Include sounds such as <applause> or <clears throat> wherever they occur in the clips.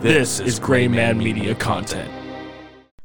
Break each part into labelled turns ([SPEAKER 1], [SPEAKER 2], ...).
[SPEAKER 1] This is Gray Man Media content.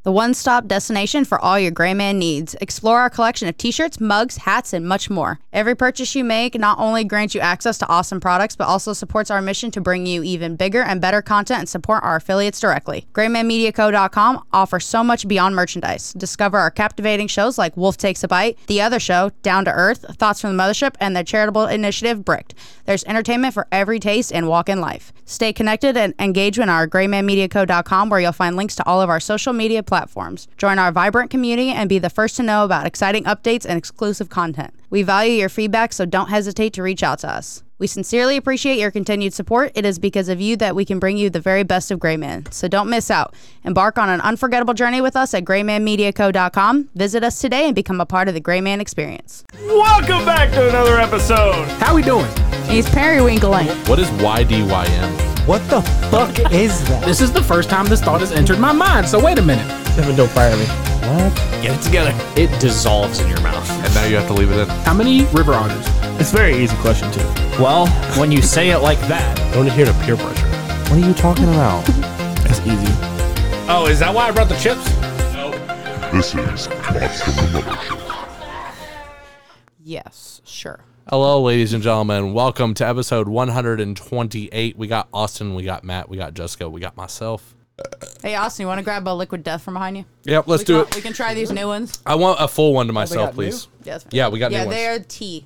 [SPEAKER 2] the one stop destination for all your gray man needs. Explore our collection of t shirts, mugs, hats, and much more. Every purchase you make not only grants you access to awesome products, but also supports our mission to bring you even bigger and better content and support our affiliates directly. GraymanMediaCo.com offers so much beyond merchandise. Discover our captivating shows like Wolf Takes a Bite, The Other Show, Down to Earth, Thoughts from the Mothership, and their charitable initiative, Bricked. There's entertainment for every taste and walk in life. Stay connected and engage in our graymanmediaco.com where you'll find links to all of our social media platforms. Join our vibrant community and be the first to know about exciting updates and exclusive content. We value your feedback, so don't hesitate to reach out to us. We sincerely appreciate your continued support. It is because of you that we can bring you the very best of Gray Man. So don't miss out. Embark on an unforgettable journey with us at graymanmediaco.com. Visit us today and become a part of the Gray Man experience.
[SPEAKER 3] Welcome back to another episode.
[SPEAKER 4] How we doing?
[SPEAKER 2] He's periwinkling.
[SPEAKER 5] What is YDYM?
[SPEAKER 4] What the fuck is that? This is the first time this thought has entered my mind, so wait a minute. Kevin, don't fire me. What?
[SPEAKER 3] Get it together.
[SPEAKER 6] It dissolves in your mouth.
[SPEAKER 5] And now you have to leave it in.
[SPEAKER 4] How many river otters?
[SPEAKER 3] It's a very easy question too.
[SPEAKER 6] Well, when you say it like that,
[SPEAKER 3] Don't adhere to peer pressure.
[SPEAKER 5] What are you
[SPEAKER 3] <laughs>
[SPEAKER 5] talking about?
[SPEAKER 3] That's easy.
[SPEAKER 6] oh, is that why I brought the chips?
[SPEAKER 7] This is Thoughts from the Mothership.
[SPEAKER 2] Yes, sure.
[SPEAKER 5] Hello, ladies and gentlemen. Welcome to episode 128. We got Austin, we got Matt, we got Jessica, we got myself.
[SPEAKER 2] Hey, Austin, you want to grab a liquid death from behind you?
[SPEAKER 5] Yep, let's
[SPEAKER 2] we Oh,
[SPEAKER 5] do
[SPEAKER 2] can,
[SPEAKER 5] it.
[SPEAKER 2] We can try these new ones.
[SPEAKER 5] I want a full one to myself,
[SPEAKER 4] got
[SPEAKER 5] please.
[SPEAKER 2] Yeah, that's fine.
[SPEAKER 5] Yeah, we got
[SPEAKER 2] yeah
[SPEAKER 5] new ones.
[SPEAKER 2] they're tea.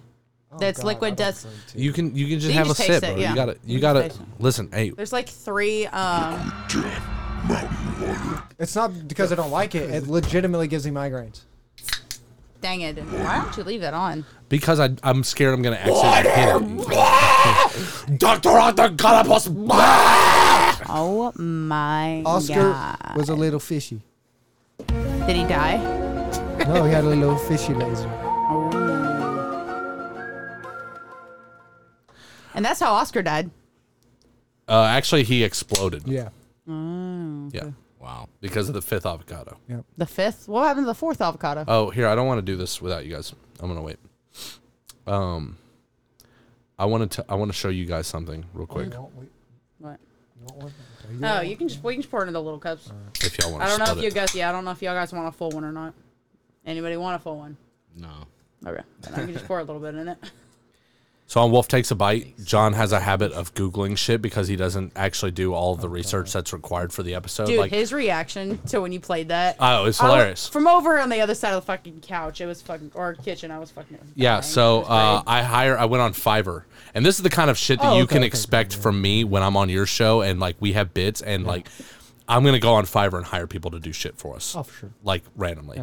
[SPEAKER 2] That's liquid death.
[SPEAKER 5] You can you can just
[SPEAKER 2] You
[SPEAKER 5] have
[SPEAKER 2] just
[SPEAKER 5] a
[SPEAKER 2] taste
[SPEAKER 5] sip,
[SPEAKER 2] it,
[SPEAKER 5] bro.
[SPEAKER 2] yeah.
[SPEAKER 5] You got to
[SPEAKER 2] You
[SPEAKER 5] you got to
[SPEAKER 2] just taste
[SPEAKER 5] listen. Hey,
[SPEAKER 2] There's like three. Um,
[SPEAKER 7] Death, Mountain Water,
[SPEAKER 8] It's not because I don't like it. It legitimately gives me migraines.
[SPEAKER 2] dang it! Why don't you leave that on?
[SPEAKER 5] because I I'm scared I'm going to accidentally hit it.
[SPEAKER 6] Dr. Arthur Galapos.
[SPEAKER 2] Oh my
[SPEAKER 8] Oscar
[SPEAKER 2] god!
[SPEAKER 8] was a little fishy.
[SPEAKER 2] Did he die?
[SPEAKER 8] No, he had a little fishy laser.
[SPEAKER 2] And that's how Oscar died.
[SPEAKER 5] Uh, actually he exploded.
[SPEAKER 8] Yeah.
[SPEAKER 5] Yeah. Wow. Because of the fifth avocado.
[SPEAKER 2] The fifth. What happened to the fourth avocado?
[SPEAKER 5] Oh, here, I don't want to do this without you guys. I'm gonna wait. Um, I want to I want to show you guys something real quick
[SPEAKER 2] Mm. what? Oh, you can just we can just pour it into little cups.
[SPEAKER 5] if y'all want
[SPEAKER 2] I
[SPEAKER 5] to.
[SPEAKER 2] don't know if you guys. Yeah, I don't know if y'all guys want a full one or not. Anybody want a full one?
[SPEAKER 6] No.
[SPEAKER 2] Okay, then I can just pour a little bit in it.
[SPEAKER 5] So on Wolf Takes a Bite, John has a habit of Googling shit because he doesn't actually do all the research that's required for the episode.
[SPEAKER 2] Dude,
[SPEAKER 5] like,
[SPEAKER 2] his reaction to when you played that.
[SPEAKER 5] oh, it's
[SPEAKER 2] I was-
[SPEAKER 5] hilarious.
[SPEAKER 2] from over on the other side of the fucking couch, it was fucking or kitchen. I was fucking.
[SPEAKER 5] yeah,
[SPEAKER 2] dying.
[SPEAKER 5] so
[SPEAKER 2] It was
[SPEAKER 5] uh,
[SPEAKER 2] great.
[SPEAKER 5] I hire I went on Fiverr. And this is the kind of shit that
[SPEAKER 8] Oh,
[SPEAKER 5] you
[SPEAKER 8] okay,
[SPEAKER 5] can
[SPEAKER 8] okay,
[SPEAKER 5] expect from me when I'm on your show and like we have bits and like I'm going to go on Fiverr and hire people to do shit for us.
[SPEAKER 8] Oh, for sure.
[SPEAKER 5] like randomly.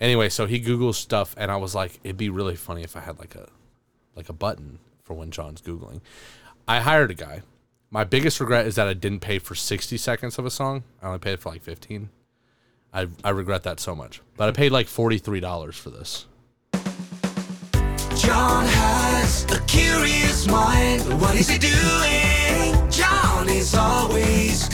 [SPEAKER 5] Anyway, so he googles stuff, and I was like, it'd be really funny if I had like a like a button for when John's googling. I hired a guy. My biggest regret is that I didn't pay for sixty seconds of a song. I only paid for like fifteen. I I regret that so much. But I paid like forty three dollars for this.
[SPEAKER 9] John has a curious mind. What is he doing? John is always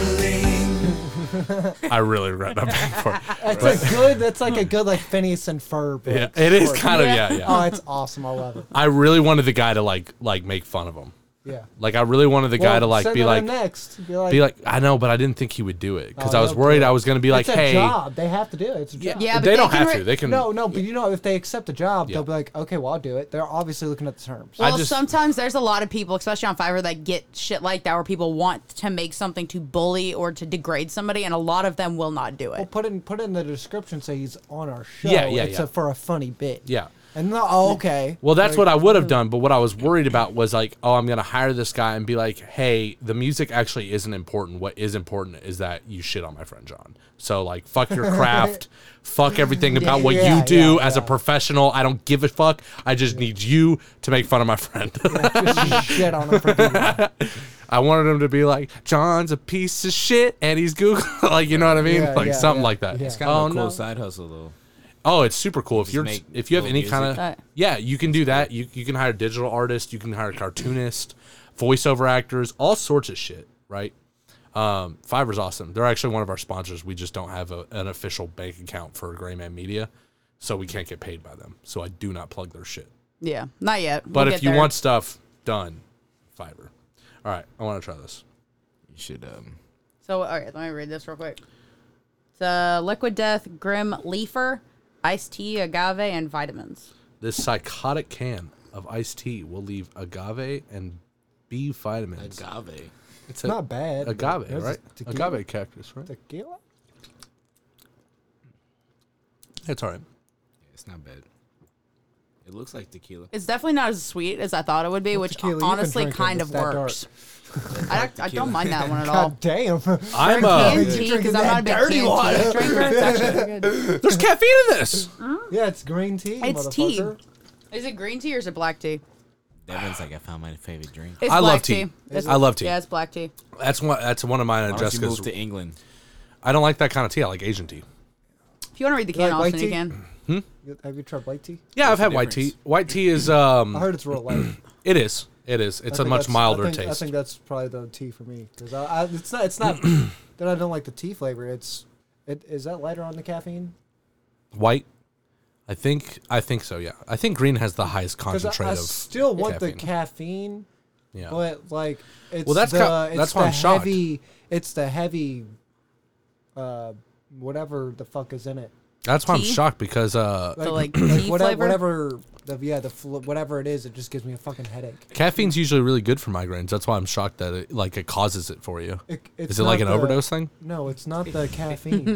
[SPEAKER 9] Googling.
[SPEAKER 5] I really regret not paying for
[SPEAKER 8] <laughs>
[SPEAKER 5] it.
[SPEAKER 8] That's a good. That's like a good like Phineas and Ferb. like,
[SPEAKER 5] Yeah, it is
[SPEAKER 8] story.
[SPEAKER 5] kind of yeah yeah.
[SPEAKER 8] Oh, it's awesome. I love it.
[SPEAKER 5] I really wanted the guy to like like make fun of him.
[SPEAKER 8] Yeah.
[SPEAKER 5] Like I really wanted the guy
[SPEAKER 8] Well,
[SPEAKER 5] to like
[SPEAKER 8] send
[SPEAKER 5] be
[SPEAKER 8] that
[SPEAKER 5] like
[SPEAKER 8] in next. Be like,
[SPEAKER 5] be like I know, but I didn't think he would do it because
[SPEAKER 8] Oh,
[SPEAKER 5] I was
[SPEAKER 8] they'll
[SPEAKER 5] worried
[SPEAKER 8] do it.
[SPEAKER 5] I was going to be like,
[SPEAKER 8] it's a
[SPEAKER 5] hey.
[SPEAKER 8] job. They have to do it. It's a job.
[SPEAKER 2] Yeah, but
[SPEAKER 5] they,
[SPEAKER 2] they
[SPEAKER 5] don't
[SPEAKER 2] can
[SPEAKER 5] have
[SPEAKER 2] re-
[SPEAKER 5] to. They can.
[SPEAKER 8] No, no, but you know, if they accept the job,
[SPEAKER 5] Yeah.
[SPEAKER 8] they'll be like, okay, well, I'll do it. They're obviously looking at the terms.
[SPEAKER 2] Well,
[SPEAKER 5] I just-
[SPEAKER 2] sometimes there's a lot of people, especially on Fiverr, that get shit like that, where people want to make something to bully or to degrade somebody, and a lot of them will not do
[SPEAKER 8] Well,
[SPEAKER 2] it.
[SPEAKER 8] put in put in the description. Say he's on our show.
[SPEAKER 5] Yeah, yeah,
[SPEAKER 8] It's
[SPEAKER 5] yeah.
[SPEAKER 8] A, for a funny bit.
[SPEAKER 5] Yeah.
[SPEAKER 8] And the, oh, okay.
[SPEAKER 5] Well, that's what I would
[SPEAKER 8] mm.
[SPEAKER 5] have done, but what I was worried about was like, oh, I'm going to hire this guy and be like, hey, the music actually isn't important. What is important is that you shit on my friend John. So like, fuck
[SPEAKER 8] <laughs>
[SPEAKER 5] your craft, fuck everything about what
[SPEAKER 8] Yeah,
[SPEAKER 5] you do
[SPEAKER 8] yeah,
[SPEAKER 5] as a
[SPEAKER 8] yeah.
[SPEAKER 5] professional. I don't give a fuck. I just need you to make fun of my friend. <laughs>
[SPEAKER 8] shit on him for doing that.
[SPEAKER 5] I wanted him to be like, John's a piece of shit and he's Google, <laughs> like you know what I mean,
[SPEAKER 8] Yeah,
[SPEAKER 5] like
[SPEAKER 8] yeah,
[SPEAKER 5] something
[SPEAKER 8] yeah,
[SPEAKER 5] like that.
[SPEAKER 8] yeah. It's
[SPEAKER 6] Kind of
[SPEAKER 5] oh
[SPEAKER 6] a cool
[SPEAKER 5] no.
[SPEAKER 6] side hustle though.
[SPEAKER 5] Oh, it's super cool. If you're
[SPEAKER 6] make
[SPEAKER 5] if you have
[SPEAKER 6] little
[SPEAKER 5] any kind of
[SPEAKER 2] music.
[SPEAKER 5] yeah, you can do that. You you can hire digital artists, you can hire cartoonists, voiceover actors, all sorts of shit, right? Um, Fiverr's awesome. They're actually one of our sponsors. We just don't have a, an official bank account for Gray Man Media, so we can't get paid by them. So I do not plug their shit.
[SPEAKER 2] Yeah, not yet. We'll
[SPEAKER 5] But
[SPEAKER 2] get
[SPEAKER 5] if you
[SPEAKER 2] there.
[SPEAKER 5] want stuff done, Fiverr. All right, I want to try this.
[SPEAKER 6] You should um
[SPEAKER 2] So, all right, let me read this real quick. It's uh, Liquid Death, Grim Leafer, Iced Tea, Agave, and Vitamins.
[SPEAKER 5] This psychotic can of iced tea will leave agave and B vitamins.
[SPEAKER 10] Agave.
[SPEAKER 5] It's a-
[SPEAKER 8] not bad.
[SPEAKER 5] Agave,
[SPEAKER 8] That's
[SPEAKER 5] right?
[SPEAKER 8] tequila.
[SPEAKER 5] Agave Um, cactus, right?
[SPEAKER 8] Tequila?
[SPEAKER 5] It's all right.
[SPEAKER 10] It's not bad. It looks like tequila.
[SPEAKER 2] It's definitely not as sweet as I thought it would be, which
[SPEAKER 8] tequila you been
[SPEAKER 2] honestly
[SPEAKER 8] drinking
[SPEAKER 2] kind
[SPEAKER 8] that's
[SPEAKER 2] of
[SPEAKER 8] that
[SPEAKER 2] works. I, I don't mind that one at all.
[SPEAKER 8] <laughs> God damn.
[SPEAKER 5] I'm uh,
[SPEAKER 2] Canned
[SPEAKER 5] a.
[SPEAKER 2] tea,
[SPEAKER 8] drinking
[SPEAKER 2] because I'm not a big
[SPEAKER 8] that
[SPEAKER 2] dirty
[SPEAKER 8] dirty
[SPEAKER 2] canned tea
[SPEAKER 8] water.
[SPEAKER 2] drinker. It's
[SPEAKER 8] <laughs>
[SPEAKER 2] actually good.
[SPEAKER 5] There's caffeine in this.
[SPEAKER 8] yeah, it's green tea.
[SPEAKER 2] It's tea.
[SPEAKER 8] motherfucker.
[SPEAKER 2] Is it green tea or is it black tea?
[SPEAKER 10] Devin's like, I found my favorite drink.
[SPEAKER 2] It's
[SPEAKER 5] I
[SPEAKER 2] black
[SPEAKER 5] love tea.
[SPEAKER 2] It's-
[SPEAKER 5] I love tea.
[SPEAKER 2] Yeah, it's black tea.
[SPEAKER 5] That's one. That's one of mine and
[SPEAKER 10] Why don't you
[SPEAKER 5] Jessica's.
[SPEAKER 10] move to England?
[SPEAKER 5] I don't like that kind of tea. I like Asian tea.
[SPEAKER 2] If you want to read the
[SPEAKER 8] You like
[SPEAKER 2] can
[SPEAKER 8] white
[SPEAKER 2] option, you
[SPEAKER 8] tea?
[SPEAKER 2] can.
[SPEAKER 8] You- Have you tried white tea?
[SPEAKER 5] Yeah, I've
[SPEAKER 10] the
[SPEAKER 5] had white
[SPEAKER 10] difference?
[SPEAKER 5] tea. White tea is
[SPEAKER 8] I
[SPEAKER 5] um.
[SPEAKER 8] heard it's
[SPEAKER 5] <clears throat>
[SPEAKER 8] real light.
[SPEAKER 5] It is. It is. It's
[SPEAKER 8] I
[SPEAKER 5] a
[SPEAKER 8] think
[SPEAKER 5] much
[SPEAKER 8] that's- I
[SPEAKER 5] milder
[SPEAKER 8] think-
[SPEAKER 5] taste.
[SPEAKER 8] I think that's probably the tea for me because I, I, it's not.
[SPEAKER 5] <clears throat>
[SPEAKER 8] It's not that I don't like the tea flavor. It's it is that lighter on the caffeine?
[SPEAKER 5] white. I think. I think so. Yeah. I think green has the highest
[SPEAKER 8] Because
[SPEAKER 5] concentrate
[SPEAKER 8] I, I
[SPEAKER 5] of.
[SPEAKER 8] still want the
[SPEAKER 5] caffeine.
[SPEAKER 8] caffeine,
[SPEAKER 5] yeah.
[SPEAKER 8] but like it's
[SPEAKER 5] Well, that's
[SPEAKER 8] the
[SPEAKER 5] ca-
[SPEAKER 8] it's
[SPEAKER 5] that's
[SPEAKER 8] the
[SPEAKER 5] why I'm shocked.
[SPEAKER 8] heavy. It's the heavy, uh, whatever the fuck is in it.
[SPEAKER 5] That's why I'm
[SPEAKER 2] tea?
[SPEAKER 5] shocked because uh,
[SPEAKER 8] <clears throat>
[SPEAKER 2] So, like, tea
[SPEAKER 8] whatever,
[SPEAKER 2] flavor?
[SPEAKER 8] whatever the yeah the fl- whatever it is, it just gives me a fucking headache.
[SPEAKER 5] caffeine's usually really good for migraines. That's why I'm shocked that it, like it causes it for you.
[SPEAKER 8] It, it's
[SPEAKER 5] is it like
[SPEAKER 8] not
[SPEAKER 5] an
[SPEAKER 8] the-
[SPEAKER 5] overdose thing?
[SPEAKER 8] No, it's not
[SPEAKER 2] <laughs>
[SPEAKER 8] the caffeine.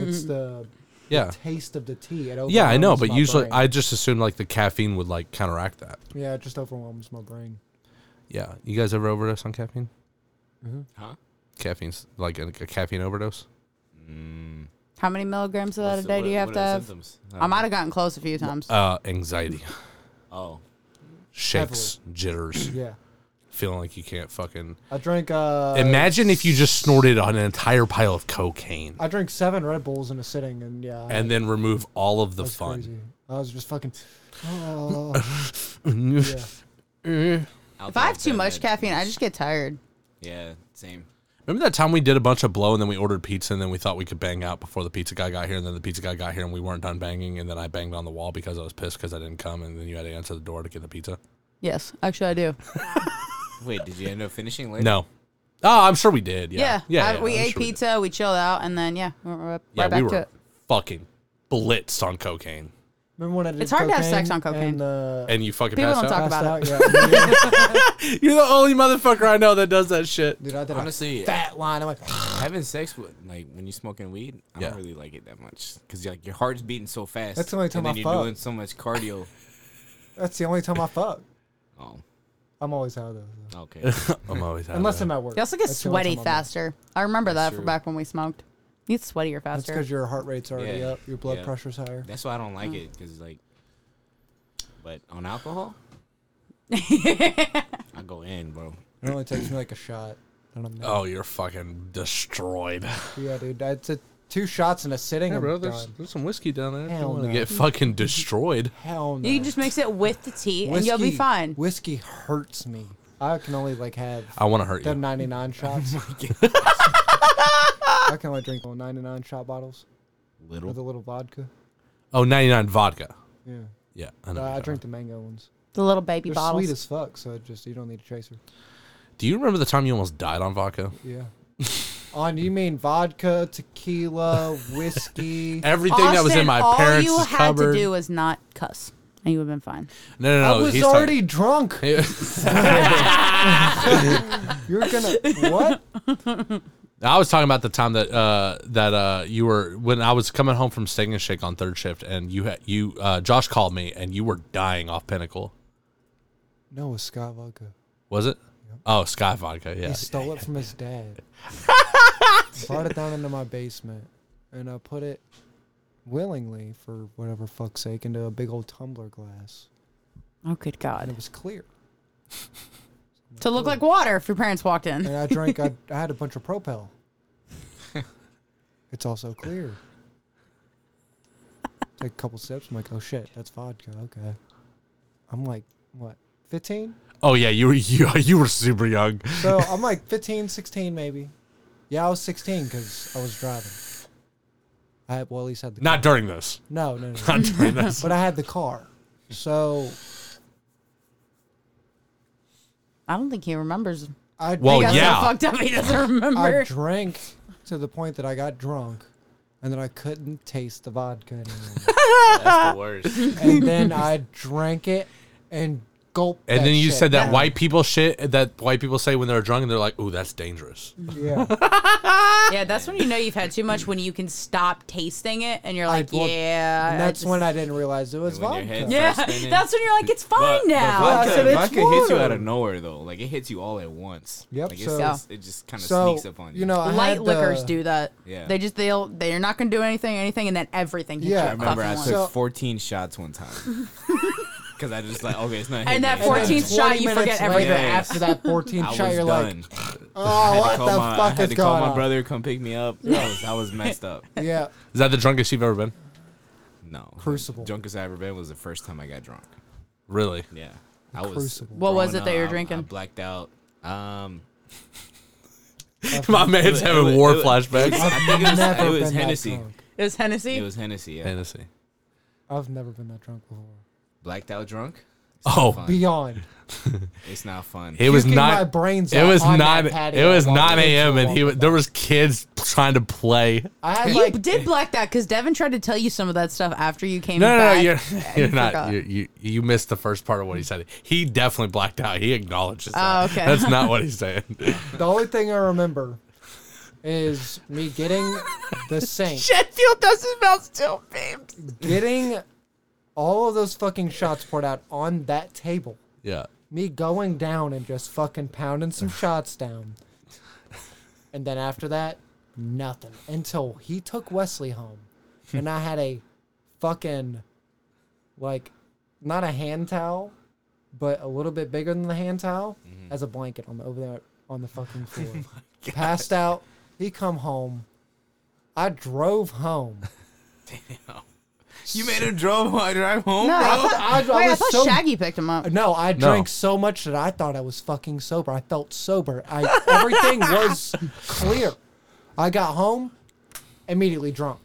[SPEAKER 8] it's the
[SPEAKER 5] Yeah.
[SPEAKER 8] taste of the tea. It
[SPEAKER 5] Yeah, I know,
[SPEAKER 8] overwhelms
[SPEAKER 5] but
[SPEAKER 8] my
[SPEAKER 5] usually
[SPEAKER 8] brain.
[SPEAKER 5] I just assumed like the caffeine would like counteract that.
[SPEAKER 8] yeah, it just overwhelms my brain.
[SPEAKER 5] Yeah. You guys ever overdose on caffeine?
[SPEAKER 10] Huh?
[SPEAKER 5] Caffeine's like a, a caffeine overdose.
[SPEAKER 2] How many milligrams of that a
[SPEAKER 10] What's-
[SPEAKER 2] day
[SPEAKER 10] what-
[SPEAKER 2] do you have
[SPEAKER 10] what
[SPEAKER 2] to
[SPEAKER 10] are the
[SPEAKER 2] have?
[SPEAKER 10] symptoms?
[SPEAKER 2] I might have gotten close a few times.
[SPEAKER 5] Uh, anxiety,
[SPEAKER 10] Oh.
[SPEAKER 5] shakes, jitters,
[SPEAKER 8] Yeah,
[SPEAKER 5] feeling like you can't fucking.
[SPEAKER 8] I drank. Uh,
[SPEAKER 5] Imagine if you just snorted on an entire pile of cocaine
[SPEAKER 8] I drank seven Red Bulls in a sitting, and yeah, I-
[SPEAKER 5] and then remove all of the
[SPEAKER 8] that's
[SPEAKER 5] fun.
[SPEAKER 8] crazy. I was
[SPEAKER 5] <laughs>
[SPEAKER 8] just fucking. Oh, yeah.
[SPEAKER 2] if I have too much caffeine, I just get tired.
[SPEAKER 10] Yeah, same.
[SPEAKER 5] Remember that time we did a bunch of blow and then we ordered pizza and then we thought we could bang out before the pizza guy got here and then the pizza guy got here and we weren't done banging and then I banged on the wall because I was pissed because I didn't come and then you had to answer the door to get the pizza?
[SPEAKER 2] Yes, actually, I do.
[SPEAKER 10] Wait, did you end up finishing later?
[SPEAKER 5] No. Oh, I'm sure we did. Yeah. Uh,
[SPEAKER 2] Yeah,
[SPEAKER 5] Yeah.
[SPEAKER 2] I-
[SPEAKER 5] yeah,
[SPEAKER 2] we
[SPEAKER 5] I'm
[SPEAKER 2] ate
[SPEAKER 5] sure did.
[SPEAKER 2] pizza, we, chilled out, and then yeah, we went right,
[SPEAKER 5] Yeah,
[SPEAKER 2] right back
[SPEAKER 5] we
[SPEAKER 2] to
[SPEAKER 5] were
[SPEAKER 2] it.
[SPEAKER 5] fucking blitzed on cocaine
[SPEAKER 8] Remember when I did?
[SPEAKER 2] It's hard to have sex on cocaine.
[SPEAKER 8] And, uh,
[SPEAKER 5] and you fucking
[SPEAKER 2] People
[SPEAKER 5] passed
[SPEAKER 2] don't
[SPEAKER 5] out.
[SPEAKER 2] talk
[SPEAKER 8] passed
[SPEAKER 2] about
[SPEAKER 8] out. Yeah,
[SPEAKER 2] <laughs>
[SPEAKER 5] You're the only motherfucker I know that does that <laughs> shit.
[SPEAKER 8] dude, I did a
[SPEAKER 10] Honestly,
[SPEAKER 8] fat line. I'm like, <sighs>
[SPEAKER 10] having sex with like when you smoking weed, I
[SPEAKER 5] Yeah.
[SPEAKER 10] don't really like it that much because like your heart's beating so fast.
[SPEAKER 8] That's the only time
[SPEAKER 10] and then
[SPEAKER 8] I
[SPEAKER 10] you're
[SPEAKER 8] fuck.
[SPEAKER 10] doing so much <laughs> cardio.
[SPEAKER 8] that's the only time I fuck.
[SPEAKER 10] oh,
[SPEAKER 8] I'm always out of those.
[SPEAKER 10] <laughs> okay.
[SPEAKER 5] I'm always out
[SPEAKER 8] Unless
[SPEAKER 5] of
[SPEAKER 8] I'm at work.
[SPEAKER 2] You also get
[SPEAKER 8] That's the only
[SPEAKER 2] sweaty
[SPEAKER 8] time I'm out.
[SPEAKER 2] faster. I remember that from
[SPEAKER 10] true.
[SPEAKER 2] back when we smoked. You get sweatier
[SPEAKER 8] That's
[SPEAKER 2] faster.
[SPEAKER 8] because your heart rate's already
[SPEAKER 10] Yeah,
[SPEAKER 8] up. Your blood
[SPEAKER 10] yeah.
[SPEAKER 8] pressure's higher.
[SPEAKER 10] That's why I don't like it because like, but on
[SPEAKER 8] <laughs>
[SPEAKER 10] alcohol, I go in, bro.
[SPEAKER 8] It only takes me like a shot. And I'm
[SPEAKER 5] that. Oh, you're fucking
[SPEAKER 2] <laughs>
[SPEAKER 5] destroyed.
[SPEAKER 8] Yeah, dude. That's a, two shots in a sitting.
[SPEAKER 5] Yeah,
[SPEAKER 8] I'm
[SPEAKER 5] bro, there's,
[SPEAKER 8] done.
[SPEAKER 5] there's some whiskey down there. If you
[SPEAKER 8] Hell
[SPEAKER 5] want to
[SPEAKER 8] no.
[SPEAKER 5] get fucking destroyed.
[SPEAKER 8] Hell no.
[SPEAKER 2] You can just mix it with the tea, and you'll be
[SPEAKER 8] Whiskey-
[SPEAKER 2] fine.
[SPEAKER 8] Whiskey hurts me. I can only like have
[SPEAKER 5] I want to hurt
[SPEAKER 8] them
[SPEAKER 5] you.
[SPEAKER 8] 99 <laughs> shots. I can only drink little 99 shot bottles with a
[SPEAKER 10] Little.
[SPEAKER 8] little vodka.
[SPEAKER 5] Oh, 99 vodka.
[SPEAKER 8] Yeah.
[SPEAKER 5] Yeah, I
[SPEAKER 8] Uh,
[SPEAKER 5] know.
[SPEAKER 8] I drink the mango ones.
[SPEAKER 2] The little baby
[SPEAKER 8] They're
[SPEAKER 2] bottles.
[SPEAKER 8] sweet as fuck, so it just you don't need a chaser.
[SPEAKER 5] Do you remember the time you almost died on vodka?
[SPEAKER 8] Yeah. <laughs> On you mean vodka,
[SPEAKER 5] <laughs>
[SPEAKER 8] tequila, whiskey?
[SPEAKER 5] Everything that was in
[SPEAKER 2] Austin,
[SPEAKER 5] my
[SPEAKER 2] all
[SPEAKER 5] parents'
[SPEAKER 2] you had
[SPEAKER 5] cupboard.
[SPEAKER 2] to do was not cuss, and you would have been fine.
[SPEAKER 5] no, no,
[SPEAKER 8] I
[SPEAKER 5] no.
[SPEAKER 8] was
[SPEAKER 5] he's
[SPEAKER 8] already drunk.
[SPEAKER 5] Talking,
[SPEAKER 8] You're
[SPEAKER 5] <laughs>
[SPEAKER 8] gonna what?
[SPEAKER 5] I was talking about the time that uh, that uh, you were when I was coming home from Steak and Shake on third shift, and you had you uh, Josh called me, and you were dying off Pinnacle.
[SPEAKER 8] No, it was Scott vodka.
[SPEAKER 5] Was it? Oh, Sky Vodka. Yeah.
[SPEAKER 8] He stole it from
[SPEAKER 5] <laughs>
[SPEAKER 8] his dad. Brought it down into my basement, and I put it willingly, for whatever fuck's sake, into a big old tumbler glass,
[SPEAKER 2] Oh, good
[SPEAKER 8] and
[SPEAKER 2] God.
[SPEAKER 8] it was clear.
[SPEAKER 2] To look like water if your parents walked
[SPEAKER 8] And
[SPEAKER 2] in.
[SPEAKER 8] I drank. I, I had a bunch of Propel. It's also clear. Take a couple sips. I'm like, oh shit, that's vodka. Okay. I'm like, what, 15?
[SPEAKER 5] Oh yeah, you were you, <laughs> you were super young.
[SPEAKER 8] So I'm like 15, 16 maybe. Yeah, I was 16 because I was driving. I had, well, at least had the
[SPEAKER 5] Not during this. <laughs>
[SPEAKER 8] No, no, no.
[SPEAKER 5] Not during this.
[SPEAKER 8] but I had the car. So
[SPEAKER 2] I don't think he remembers
[SPEAKER 8] I
[SPEAKER 5] Well,
[SPEAKER 8] drank-
[SPEAKER 5] Oh, yeah.
[SPEAKER 2] fucked up he
[SPEAKER 8] <laughs>
[SPEAKER 2] doesn't remember.
[SPEAKER 8] I drank to the point that I got drunk, and then I couldn't taste the vodka anymore.
[SPEAKER 10] That's the worst.
[SPEAKER 2] <laughs>
[SPEAKER 8] and then I drank it and gulped.
[SPEAKER 5] And then you
[SPEAKER 8] shit
[SPEAKER 5] said that
[SPEAKER 8] down.
[SPEAKER 5] white people shit that white people say when they're drunk and they're like, "Ooh, that's dangerous."
[SPEAKER 10] Mm-hmm.
[SPEAKER 8] Yeah.
[SPEAKER 2] yeah, that's when you know you've had too much when you can stop tasting it and you're
[SPEAKER 8] I-
[SPEAKER 2] like,
[SPEAKER 8] well,
[SPEAKER 2] yeah. <laughs>
[SPEAKER 8] and
[SPEAKER 2] I
[SPEAKER 8] that's
[SPEAKER 2] just-
[SPEAKER 8] when I didn't realize it was
[SPEAKER 10] When your
[SPEAKER 8] vodka.
[SPEAKER 10] head
[SPEAKER 2] Yeah,
[SPEAKER 10] starts
[SPEAKER 2] <laughs>
[SPEAKER 10] spinning.
[SPEAKER 2] that's when you're like, it's fine
[SPEAKER 10] But- but
[SPEAKER 2] now.
[SPEAKER 10] Vodka,
[SPEAKER 8] I said, "It's
[SPEAKER 10] vodka hits you
[SPEAKER 8] water."
[SPEAKER 10] out of nowhere though. Like it hits you all at once.
[SPEAKER 8] Yep,
[SPEAKER 10] Like,
[SPEAKER 8] so-
[SPEAKER 10] it's, it's, it just kind of
[SPEAKER 8] So,
[SPEAKER 10] sneaks up on you.
[SPEAKER 8] you know, I
[SPEAKER 2] Light
[SPEAKER 8] had
[SPEAKER 2] liquors
[SPEAKER 8] the-
[SPEAKER 2] do that.
[SPEAKER 10] Yeah.
[SPEAKER 2] They just they'll they're not gonna do anything, anything, and then everything. hits
[SPEAKER 8] Yeah,
[SPEAKER 2] you
[SPEAKER 8] I
[SPEAKER 10] I remember
[SPEAKER 2] fucking
[SPEAKER 10] I
[SPEAKER 2] once.
[SPEAKER 10] took
[SPEAKER 8] So-
[SPEAKER 10] 14 shots
[SPEAKER 8] <laughs>
[SPEAKER 10] one time. Because I just like, okay, it's not hitting
[SPEAKER 2] and that
[SPEAKER 10] me. It's not
[SPEAKER 2] 14th
[SPEAKER 10] hitting me.
[SPEAKER 2] shot, you
[SPEAKER 8] 20
[SPEAKER 2] forget
[SPEAKER 8] minutes
[SPEAKER 2] everything.
[SPEAKER 8] later,
[SPEAKER 10] Yeah.
[SPEAKER 8] After that 14
[SPEAKER 10] I
[SPEAKER 8] shot,
[SPEAKER 10] was
[SPEAKER 8] you're like,
[SPEAKER 10] done. I
[SPEAKER 8] <laughs> oh,
[SPEAKER 10] had
[SPEAKER 8] what
[SPEAKER 10] to
[SPEAKER 8] the
[SPEAKER 10] call my, I
[SPEAKER 8] fuck
[SPEAKER 10] had
[SPEAKER 8] is
[SPEAKER 10] to
[SPEAKER 8] going
[SPEAKER 10] call my
[SPEAKER 8] on?
[SPEAKER 10] brother come pick me up. I was, I was
[SPEAKER 8] <laughs>
[SPEAKER 10] messed up.
[SPEAKER 2] <laughs>
[SPEAKER 8] Yeah.
[SPEAKER 5] Is that the drunkest you've ever been?
[SPEAKER 10] No.
[SPEAKER 8] Crucible.
[SPEAKER 10] Drunk as I ever been was the first time I got drunk.
[SPEAKER 5] Really?
[SPEAKER 10] Yeah. I was.
[SPEAKER 8] Crucible.
[SPEAKER 2] What was
[SPEAKER 10] growing
[SPEAKER 2] it that you were
[SPEAKER 10] up, I-
[SPEAKER 2] drinking?
[SPEAKER 10] I blacked out. Um,
[SPEAKER 5] <laughs> My man's
[SPEAKER 10] it was-
[SPEAKER 5] having war
[SPEAKER 10] it was- <laughs>
[SPEAKER 5] flashbacks.
[SPEAKER 10] I think it was,
[SPEAKER 8] Never
[SPEAKER 10] it was
[SPEAKER 8] been That
[SPEAKER 10] Hennessy.
[SPEAKER 8] drunk.
[SPEAKER 2] It was Hennessy.
[SPEAKER 10] It was Hennessy. Yeah.
[SPEAKER 5] Fantasy.
[SPEAKER 8] I've never been that drunk before.
[SPEAKER 10] Blacked out drunk.
[SPEAKER 5] Oh,
[SPEAKER 10] Fun.
[SPEAKER 8] Beyond.
[SPEAKER 10] It's not fun.
[SPEAKER 5] it was
[SPEAKER 8] Puking
[SPEAKER 5] not.
[SPEAKER 8] my brains
[SPEAKER 5] it
[SPEAKER 8] out
[SPEAKER 5] was
[SPEAKER 8] on that
[SPEAKER 5] nine. It
[SPEAKER 8] patio
[SPEAKER 5] was
[SPEAKER 8] while
[SPEAKER 5] nine a.m. and
[SPEAKER 8] walking
[SPEAKER 5] he was, there was kids trying to play.
[SPEAKER 8] I had
[SPEAKER 2] you <laughs>
[SPEAKER 8] like
[SPEAKER 2] did black that because Devin tried to tell you some of that stuff after you came
[SPEAKER 5] No, no, no,
[SPEAKER 2] back.
[SPEAKER 5] you're
[SPEAKER 2] <laughs>
[SPEAKER 5] you're
[SPEAKER 2] forgot.
[SPEAKER 5] not. You're, you you missed the first part of what he said. He definitely blacked out. He acknowledges.
[SPEAKER 2] Oh,
[SPEAKER 5] that.
[SPEAKER 2] okay.
[SPEAKER 5] That's not
[SPEAKER 2] <laughs>
[SPEAKER 5] what he's saying.
[SPEAKER 8] The only thing I remember is me getting
[SPEAKER 2] <laughs>
[SPEAKER 8] the saint,
[SPEAKER 2] Sheffield doesn't smell still, babes.
[SPEAKER 8] getting all of those fucking shots poured out on that table.
[SPEAKER 5] yeah.
[SPEAKER 8] Me going down and just fucking pounding some shots down. And then after that, nothing until he took Wesley home. And I had a fucking, like, not a hand towel, but a little bit bigger than the hand towel as a blanket on the, over there on the fucking floor. Passed out. He come home. I drove home.
[SPEAKER 10] You made him drove while I drive home.
[SPEAKER 2] No, I thought,
[SPEAKER 8] I, I
[SPEAKER 2] wait, I
[SPEAKER 8] was
[SPEAKER 2] thought
[SPEAKER 8] so
[SPEAKER 2] Shaggy picked him up.
[SPEAKER 8] no, I drank so much that I thought I was fucking sober. I felt sober. I everything was clear. I got home, immediately drunk.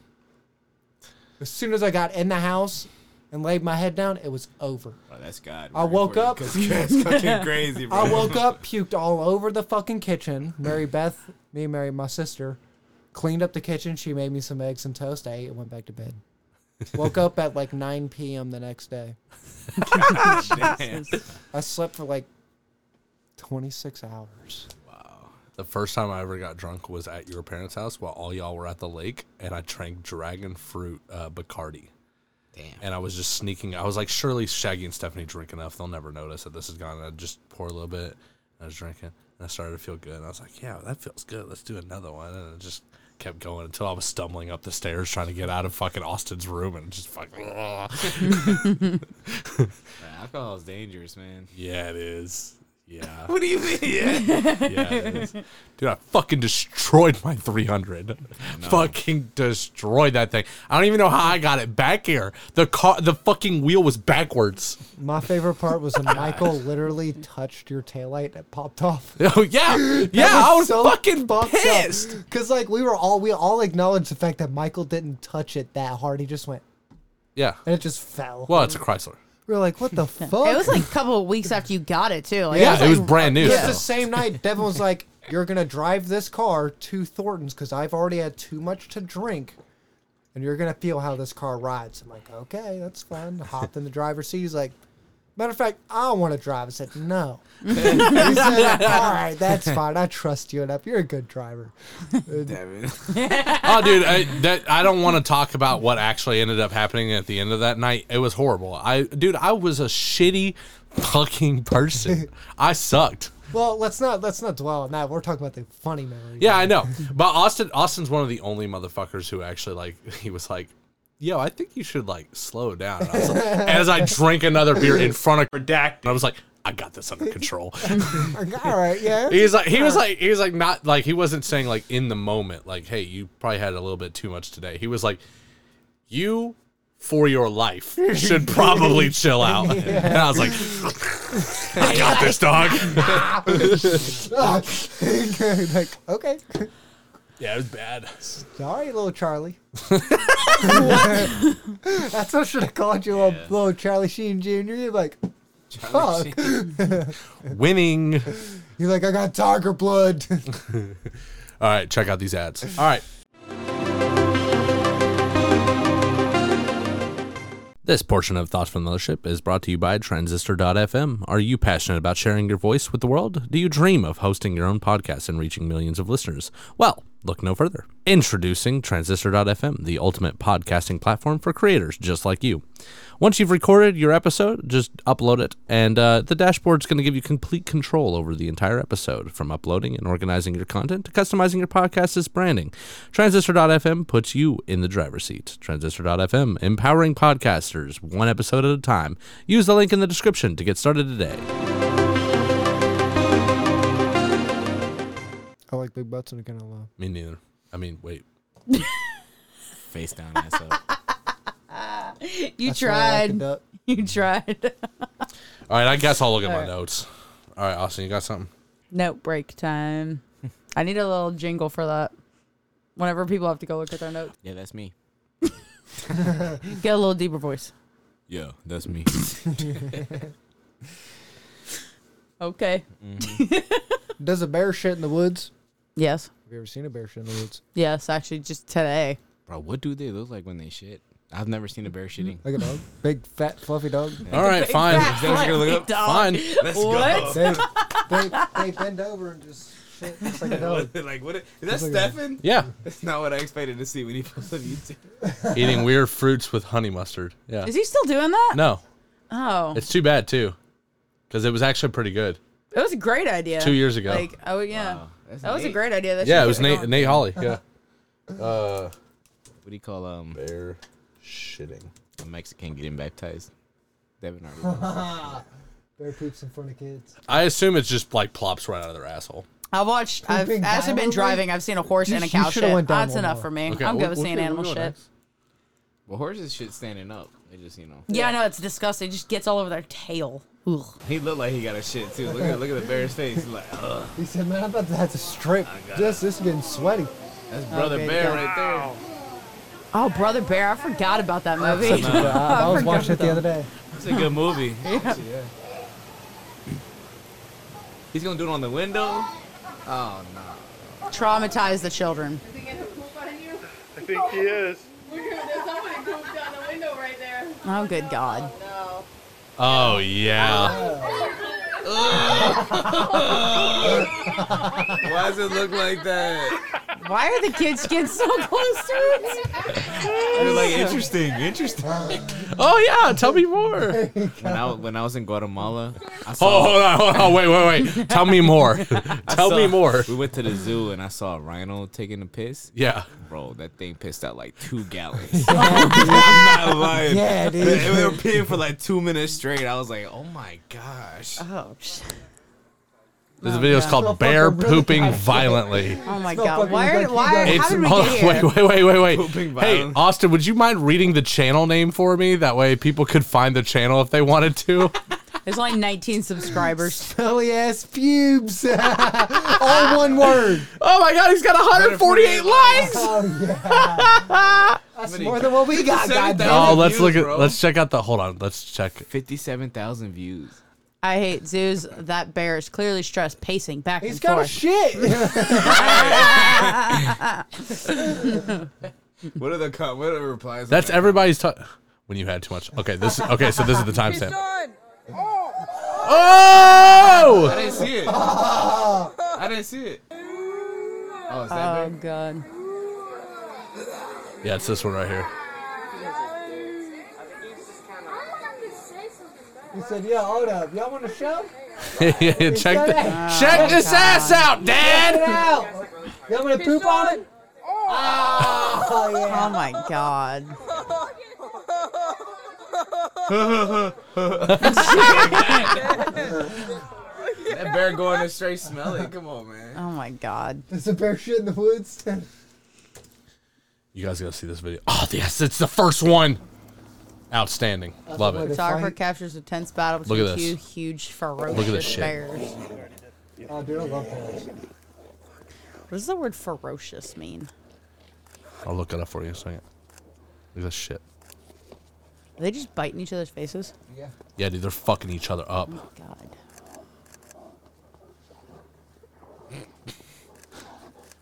[SPEAKER 8] As soon as I got in the house and laid my head down, it was over.
[SPEAKER 10] Oh, that's God.
[SPEAKER 8] I woke up.
[SPEAKER 10] <laughs> Because it's fucking crazy,
[SPEAKER 8] <laughs>
[SPEAKER 10] bro.
[SPEAKER 8] I woke up, puked all over the fucking kitchen. Mary Beth, me and Mary, my sister, cleaned up the kitchen. She made me some eggs and toast. I ate and went back to bed. Woke up at like 9 p.m. the next day. <laughs> I slept for like 26 hours.
[SPEAKER 5] The first time I ever got drunk was at your parents' house while all y'all were at the lake, and I drank dragon fruit uh, Bacardi. Damn. And I was just sneaking. I was like, surely Shaggy and Stephanie drink enough; they'll never notice that this is gone. And I just pour a little bit. And I was drinking, and I started to feel good. And I was like, yeah, that feels good. Let's do another one. And I just kept going until I was stumbling up the stairs trying to get out of fucking Austin's room, and just fucking.
[SPEAKER 10] Alcohol is dangerous, man.
[SPEAKER 5] yeah, it is. Yeah,
[SPEAKER 10] What do you mean?
[SPEAKER 5] <laughs> yeah, it is. dude, I fucking destroyed my 300. Fucking destroyed that thing. I don't even know how I got it back here. The car, the fucking wheel was backwards. <laughs>
[SPEAKER 8] My favorite part was when Michael literally touched your taillight and it popped off.
[SPEAKER 5] Oh yeah,
[SPEAKER 8] <laughs>
[SPEAKER 5] yeah, I was fucking pissed.
[SPEAKER 8] Because like we were all we all acknowledged the fact that Michael didn't touch it that hard. He just went
[SPEAKER 5] Yeah,
[SPEAKER 8] and it just fell.
[SPEAKER 5] well, it's a Chrysler.
[SPEAKER 8] We were like, what
[SPEAKER 5] <laughs>
[SPEAKER 8] the fuck?
[SPEAKER 2] It was like a couple of weeks after you got it too. Like,
[SPEAKER 5] Yeah,
[SPEAKER 8] was
[SPEAKER 5] it was
[SPEAKER 8] like-
[SPEAKER 5] brand new.
[SPEAKER 8] Just the
[SPEAKER 5] still.
[SPEAKER 8] same night, Devin was like, "You're gonna drive this car to Thornton's because I've already had too much to drink, and you're gonna feel how this car rides." I'm like, "Okay, that's fine." Hopped in the driver's seat. He's like, "Matter of fact, I want to drive." I said, "No." he said, "All right, that's fine. I trust you enough. You're a good driver."
[SPEAKER 10] Devin.
[SPEAKER 5] oh, dude, I, that I don't want to talk about what actually ended up happening at the end of that night. It was horrible. I, dude, I was a shitty fucking person. I sucked.
[SPEAKER 8] Well, let's not let's not dwell on that. We're talking about the funny memory.
[SPEAKER 5] Yeah, I know. But Austin Austin's one of the only motherfuckers who actually like <laughs> he was like, "Yo, I think you should like slow down." And I was like, as I drank another beer in front of redacted, I was like, "I got this under control."
[SPEAKER 8] Like, all right. Yeah.
[SPEAKER 5] He's like he was like he was like not like he wasn't saying like in the moment like, "Hey, you probably had a little bit too much today." He was like, "You for your life should <laughs> probably chill out." And I was like, <laughs> "I got this, dog."
[SPEAKER 8] <laughs> like, okay.
[SPEAKER 5] yeah, it was bad.
[SPEAKER 8] Sorry, little Charlie. <laughs> That's what I should have called you, little, little Charlie Sheen Jr. You're like, fuck.
[SPEAKER 5] Winning.
[SPEAKER 8] You're like, I got tiger blood.
[SPEAKER 5] All right, check out these ads. All right. This portion of Thoughts from the Mothership is brought to you by Transistor.fm. Are you passionate about sharing your voice with the world? Do you dream of hosting your own podcast and reaching millions of listeners? Well, look no further. Introducing Transistor.fm, the ultimate podcasting platform for creators just like you. Once you've recorded your episode, just upload it, and uh, the dashboard's going to give you complete control over the entire episode, from uploading and organizing your content to customizing your podcast's branding. Transistor.fm puts you in the driver's seat. Transistor.fm, empowering podcasters one episode at a time. Use the link in the description to get started today.
[SPEAKER 8] I like big butts and I kind of uh, love.
[SPEAKER 5] Me neither. I mean, wait.
[SPEAKER 10] <laughs> Face down,
[SPEAKER 8] <laughs>
[SPEAKER 10] ass up.
[SPEAKER 2] You
[SPEAKER 8] That's why I like
[SPEAKER 2] tried. <laughs>
[SPEAKER 8] it up.
[SPEAKER 2] You tried.
[SPEAKER 5] All right, I guess I'll look at
[SPEAKER 2] All
[SPEAKER 5] my
[SPEAKER 2] right.
[SPEAKER 5] notes. All right, Austin, you got something?
[SPEAKER 2] Note break time. I need a little jingle for that. Whenever people have to go look at their notes,
[SPEAKER 10] Yeah, that's me.
[SPEAKER 2] get a little deeper voice.
[SPEAKER 10] Yeah,
[SPEAKER 8] <laughs>
[SPEAKER 10] that's me.
[SPEAKER 2] Okay.
[SPEAKER 10] Mm-hmm.
[SPEAKER 8] Does a bear shit in the woods?
[SPEAKER 2] Yes.
[SPEAKER 8] Have you ever seen a bear shit in the woods?
[SPEAKER 2] Yes. Actually, just today.
[SPEAKER 10] Bro, what do they look like when they shit? I've never seen a bear shitting.
[SPEAKER 8] Like a dog? Big, fat, fluffy dog?
[SPEAKER 5] All
[SPEAKER 2] <laughs>
[SPEAKER 5] right, fine.
[SPEAKER 2] fat
[SPEAKER 5] That's gonna look up.
[SPEAKER 2] dog.
[SPEAKER 5] Fine.
[SPEAKER 10] Let's
[SPEAKER 2] What?
[SPEAKER 8] they, they, they bend over and just shit just like a dog.
[SPEAKER 2] <laughs>
[SPEAKER 10] like what? <laughs> Is that
[SPEAKER 8] like a-
[SPEAKER 10] Stefan?
[SPEAKER 5] Yeah.
[SPEAKER 10] That's not what I expected to see when he posted on <laughs> YouTube.
[SPEAKER 5] Eating weird fruits with honey mustard. Yeah.
[SPEAKER 2] Is he still doing that?
[SPEAKER 5] No,
[SPEAKER 2] Oh,
[SPEAKER 5] it's too bad, too, because it was actually pretty good.
[SPEAKER 2] it was a great idea.
[SPEAKER 5] Two years ago.
[SPEAKER 2] Like, oh yeah,
[SPEAKER 10] That's
[SPEAKER 2] that was a
[SPEAKER 10] Nate.
[SPEAKER 2] great idea. That
[SPEAKER 5] yeah,
[SPEAKER 2] should
[SPEAKER 5] it was
[SPEAKER 2] get
[SPEAKER 5] Nate,
[SPEAKER 2] going.
[SPEAKER 5] Nate Holly. Yeah. Uh,
[SPEAKER 10] What do you call um
[SPEAKER 5] bear shitting.
[SPEAKER 10] a Mexican getting baptized? Devin
[SPEAKER 2] <laughs>
[SPEAKER 10] already. knows.
[SPEAKER 8] Bear poops in front of kids.
[SPEAKER 5] I assume it's just like plops right out of their asshole.
[SPEAKER 2] I watched. I've
[SPEAKER 8] Pooping
[SPEAKER 2] actually been
[SPEAKER 8] violently?
[SPEAKER 2] driving. I've seen a horse
[SPEAKER 8] You-
[SPEAKER 2] and a
[SPEAKER 8] you
[SPEAKER 2] cow shit.
[SPEAKER 8] should've went down
[SPEAKER 2] That's
[SPEAKER 8] one
[SPEAKER 2] enough
[SPEAKER 8] more.
[SPEAKER 2] for me. I'm good with seeing animal shit.
[SPEAKER 10] well, horses shit standing up. They just you know.
[SPEAKER 2] Yeah, I know it's disgusting. It just gets all over their tail. Ugh.
[SPEAKER 10] He looked like he got a shit too. Look at look at the bear's face. He's like, ugh,
[SPEAKER 8] He said, man, I'm about to have to strip. Just this is getting sweaty.
[SPEAKER 10] that's brother
[SPEAKER 2] Okay,
[SPEAKER 10] bear
[SPEAKER 2] Oh, God.
[SPEAKER 10] right there.
[SPEAKER 2] Oh, brother bear! I forgot about that movie.
[SPEAKER 8] I, I was watching it the other day.
[SPEAKER 10] It's a
[SPEAKER 2] <laughs>
[SPEAKER 10] good movie. Actually, yeah. He's gonna do it on the window. Oh no.
[SPEAKER 2] Traumatize the children.
[SPEAKER 11] I think he <laughs> is. There's somebody pooped down the window right there.
[SPEAKER 2] Oh, good God!
[SPEAKER 11] No.
[SPEAKER 5] Oh yeah.
[SPEAKER 10] <laughs> Why does it look like that?
[SPEAKER 2] Why are the kids getting so <laughs> close to it?
[SPEAKER 10] You're like interesting, interesting.
[SPEAKER 5] Oh yeah. Tell me
[SPEAKER 2] <laughs>
[SPEAKER 5] more.
[SPEAKER 10] When I when I was in Guatemala, I
[SPEAKER 5] Oh,
[SPEAKER 10] saw.
[SPEAKER 5] hold on, hold on. Wait, wait,
[SPEAKER 2] <laughs>
[SPEAKER 5] wait. Tell me more. <laughs> Tell me
[SPEAKER 10] saw-
[SPEAKER 5] more.
[SPEAKER 10] We went to the zoo and I saw a rhino taking a piss.
[SPEAKER 5] Yeah.
[SPEAKER 10] Bro, that thing pissed out like two <laughs> gallons. I'm not lying.
[SPEAKER 8] Yeah, dude.
[SPEAKER 10] They they were peeing for like two minutes straight. I was like, oh my gosh.
[SPEAKER 2] Oh, sh-
[SPEAKER 5] This video is called "Bear Pooping Violently."
[SPEAKER 2] oh my
[SPEAKER 8] Smell
[SPEAKER 2] God!
[SPEAKER 8] fucking
[SPEAKER 2] Why? Are,
[SPEAKER 8] like
[SPEAKER 2] why?
[SPEAKER 8] you
[SPEAKER 2] How
[SPEAKER 5] It's
[SPEAKER 2] did we
[SPEAKER 5] hold
[SPEAKER 2] get
[SPEAKER 5] on,
[SPEAKER 2] here?
[SPEAKER 5] wait, wait, wait, wait, wait.
[SPEAKER 10] Pooping
[SPEAKER 5] Hey,
[SPEAKER 10] violence.
[SPEAKER 5] Austin, would you mind reading the channel name for me? That way, people could find the channel if they wanted
[SPEAKER 2] <laughs>
[SPEAKER 5] to.
[SPEAKER 2] There's only 19 subscribers.
[SPEAKER 8] Belly ass pubes. <laughs> All one word.
[SPEAKER 5] oh my God, he's got 148 likes.
[SPEAKER 8] Oh, yeah. That's more than what we got, goddamn.
[SPEAKER 5] Oh, let's look
[SPEAKER 10] views,
[SPEAKER 5] at.
[SPEAKER 10] bro.
[SPEAKER 5] Let's check out the. Hold on. Let's check.
[SPEAKER 10] 57,000 views.
[SPEAKER 2] I hate zoos. That bear is clearly stressed, pacing back
[SPEAKER 8] He's
[SPEAKER 2] and
[SPEAKER 8] got a
[SPEAKER 2] forth.
[SPEAKER 8] shit. <laughs>
[SPEAKER 10] What are the co- what are the replies? on
[SPEAKER 5] That's
[SPEAKER 10] that?
[SPEAKER 5] everybody's talk. When you had too much. Okay, this. Okay, so this is the timestamp.
[SPEAKER 11] Done.
[SPEAKER 5] Oh!
[SPEAKER 10] I didn't see it. I didn't see it. Oh, is that
[SPEAKER 2] oh
[SPEAKER 10] big?
[SPEAKER 2] God!
[SPEAKER 5] Yeah, it's this one right here. <laughs>
[SPEAKER 8] He said, yeah, hold up. Y'all want to show?
[SPEAKER 5] Yeah, check
[SPEAKER 8] got
[SPEAKER 5] the,
[SPEAKER 8] it.
[SPEAKER 5] check this ass out,
[SPEAKER 8] Get
[SPEAKER 5] Dad.
[SPEAKER 8] out. Y'all want to poop on it? Oh, yeah.
[SPEAKER 2] Oh my God!
[SPEAKER 10] That bear going to straight smell it. Come on, <laughs> man.
[SPEAKER 2] Oh my God!
[SPEAKER 8] There's a bear shit in the woods. <laughs> Oh,
[SPEAKER 5] You guys gotta see this video. Oh yes, it's the first one. Outstanding. Love
[SPEAKER 8] what
[SPEAKER 5] it.
[SPEAKER 2] Photographer
[SPEAKER 8] fight.
[SPEAKER 2] captures a tense battle
[SPEAKER 5] Look
[SPEAKER 2] between
[SPEAKER 5] at
[SPEAKER 2] two
[SPEAKER 5] this.
[SPEAKER 2] huge ferocious
[SPEAKER 5] shit.
[SPEAKER 2] bears.
[SPEAKER 8] oh, dude, I love bears.
[SPEAKER 2] What does the word ferocious mean?
[SPEAKER 5] I'll look it up for you in a second. Look at this shit.
[SPEAKER 2] Are they just biting each other's faces?
[SPEAKER 5] Yeah, dude, they're fucking each other up.
[SPEAKER 2] God.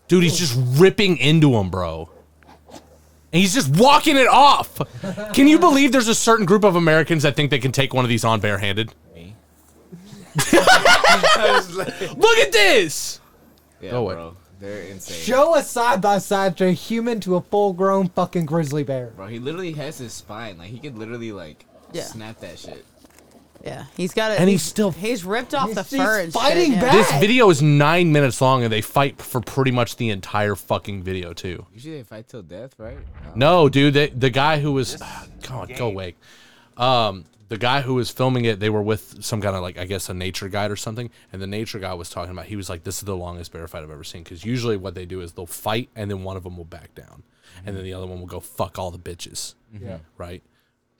[SPEAKER 5] Dude, he's just ripping into him, bro. And he's just walking it off. Can you believe there's a certain group of Americans that think they can take one of these on barehanded? Look at this.
[SPEAKER 10] Yeah,
[SPEAKER 5] Go away.
[SPEAKER 10] bro. They're insane.
[SPEAKER 8] Show a side by side to a human to a full grown fucking grizzly bear.
[SPEAKER 10] Bro, he literally has his spine. Like he could literally like snap that shit.
[SPEAKER 2] Yeah, he's got it.
[SPEAKER 5] And he's still-
[SPEAKER 2] he's ripped off the
[SPEAKER 8] he's
[SPEAKER 2] fur. and shit,
[SPEAKER 8] fighting
[SPEAKER 2] yeah.
[SPEAKER 8] back.
[SPEAKER 5] This video is nine minutes long and they fight for pretty much the entire fucking video, too.
[SPEAKER 10] Usually they fight till death, right?
[SPEAKER 5] No, dude, they, the guy who was God, go away. Um, the guy who was filming it, they were with some kind of like I guess a nature guide or something, and the nature guy was talking about. He was like, "This is the longest bear fight I've ever seen." Because usually what they do is they'll fight, and then one of them will back down, and then the other one will go fuck all the bitches.
[SPEAKER 8] Yeah.
[SPEAKER 5] Right.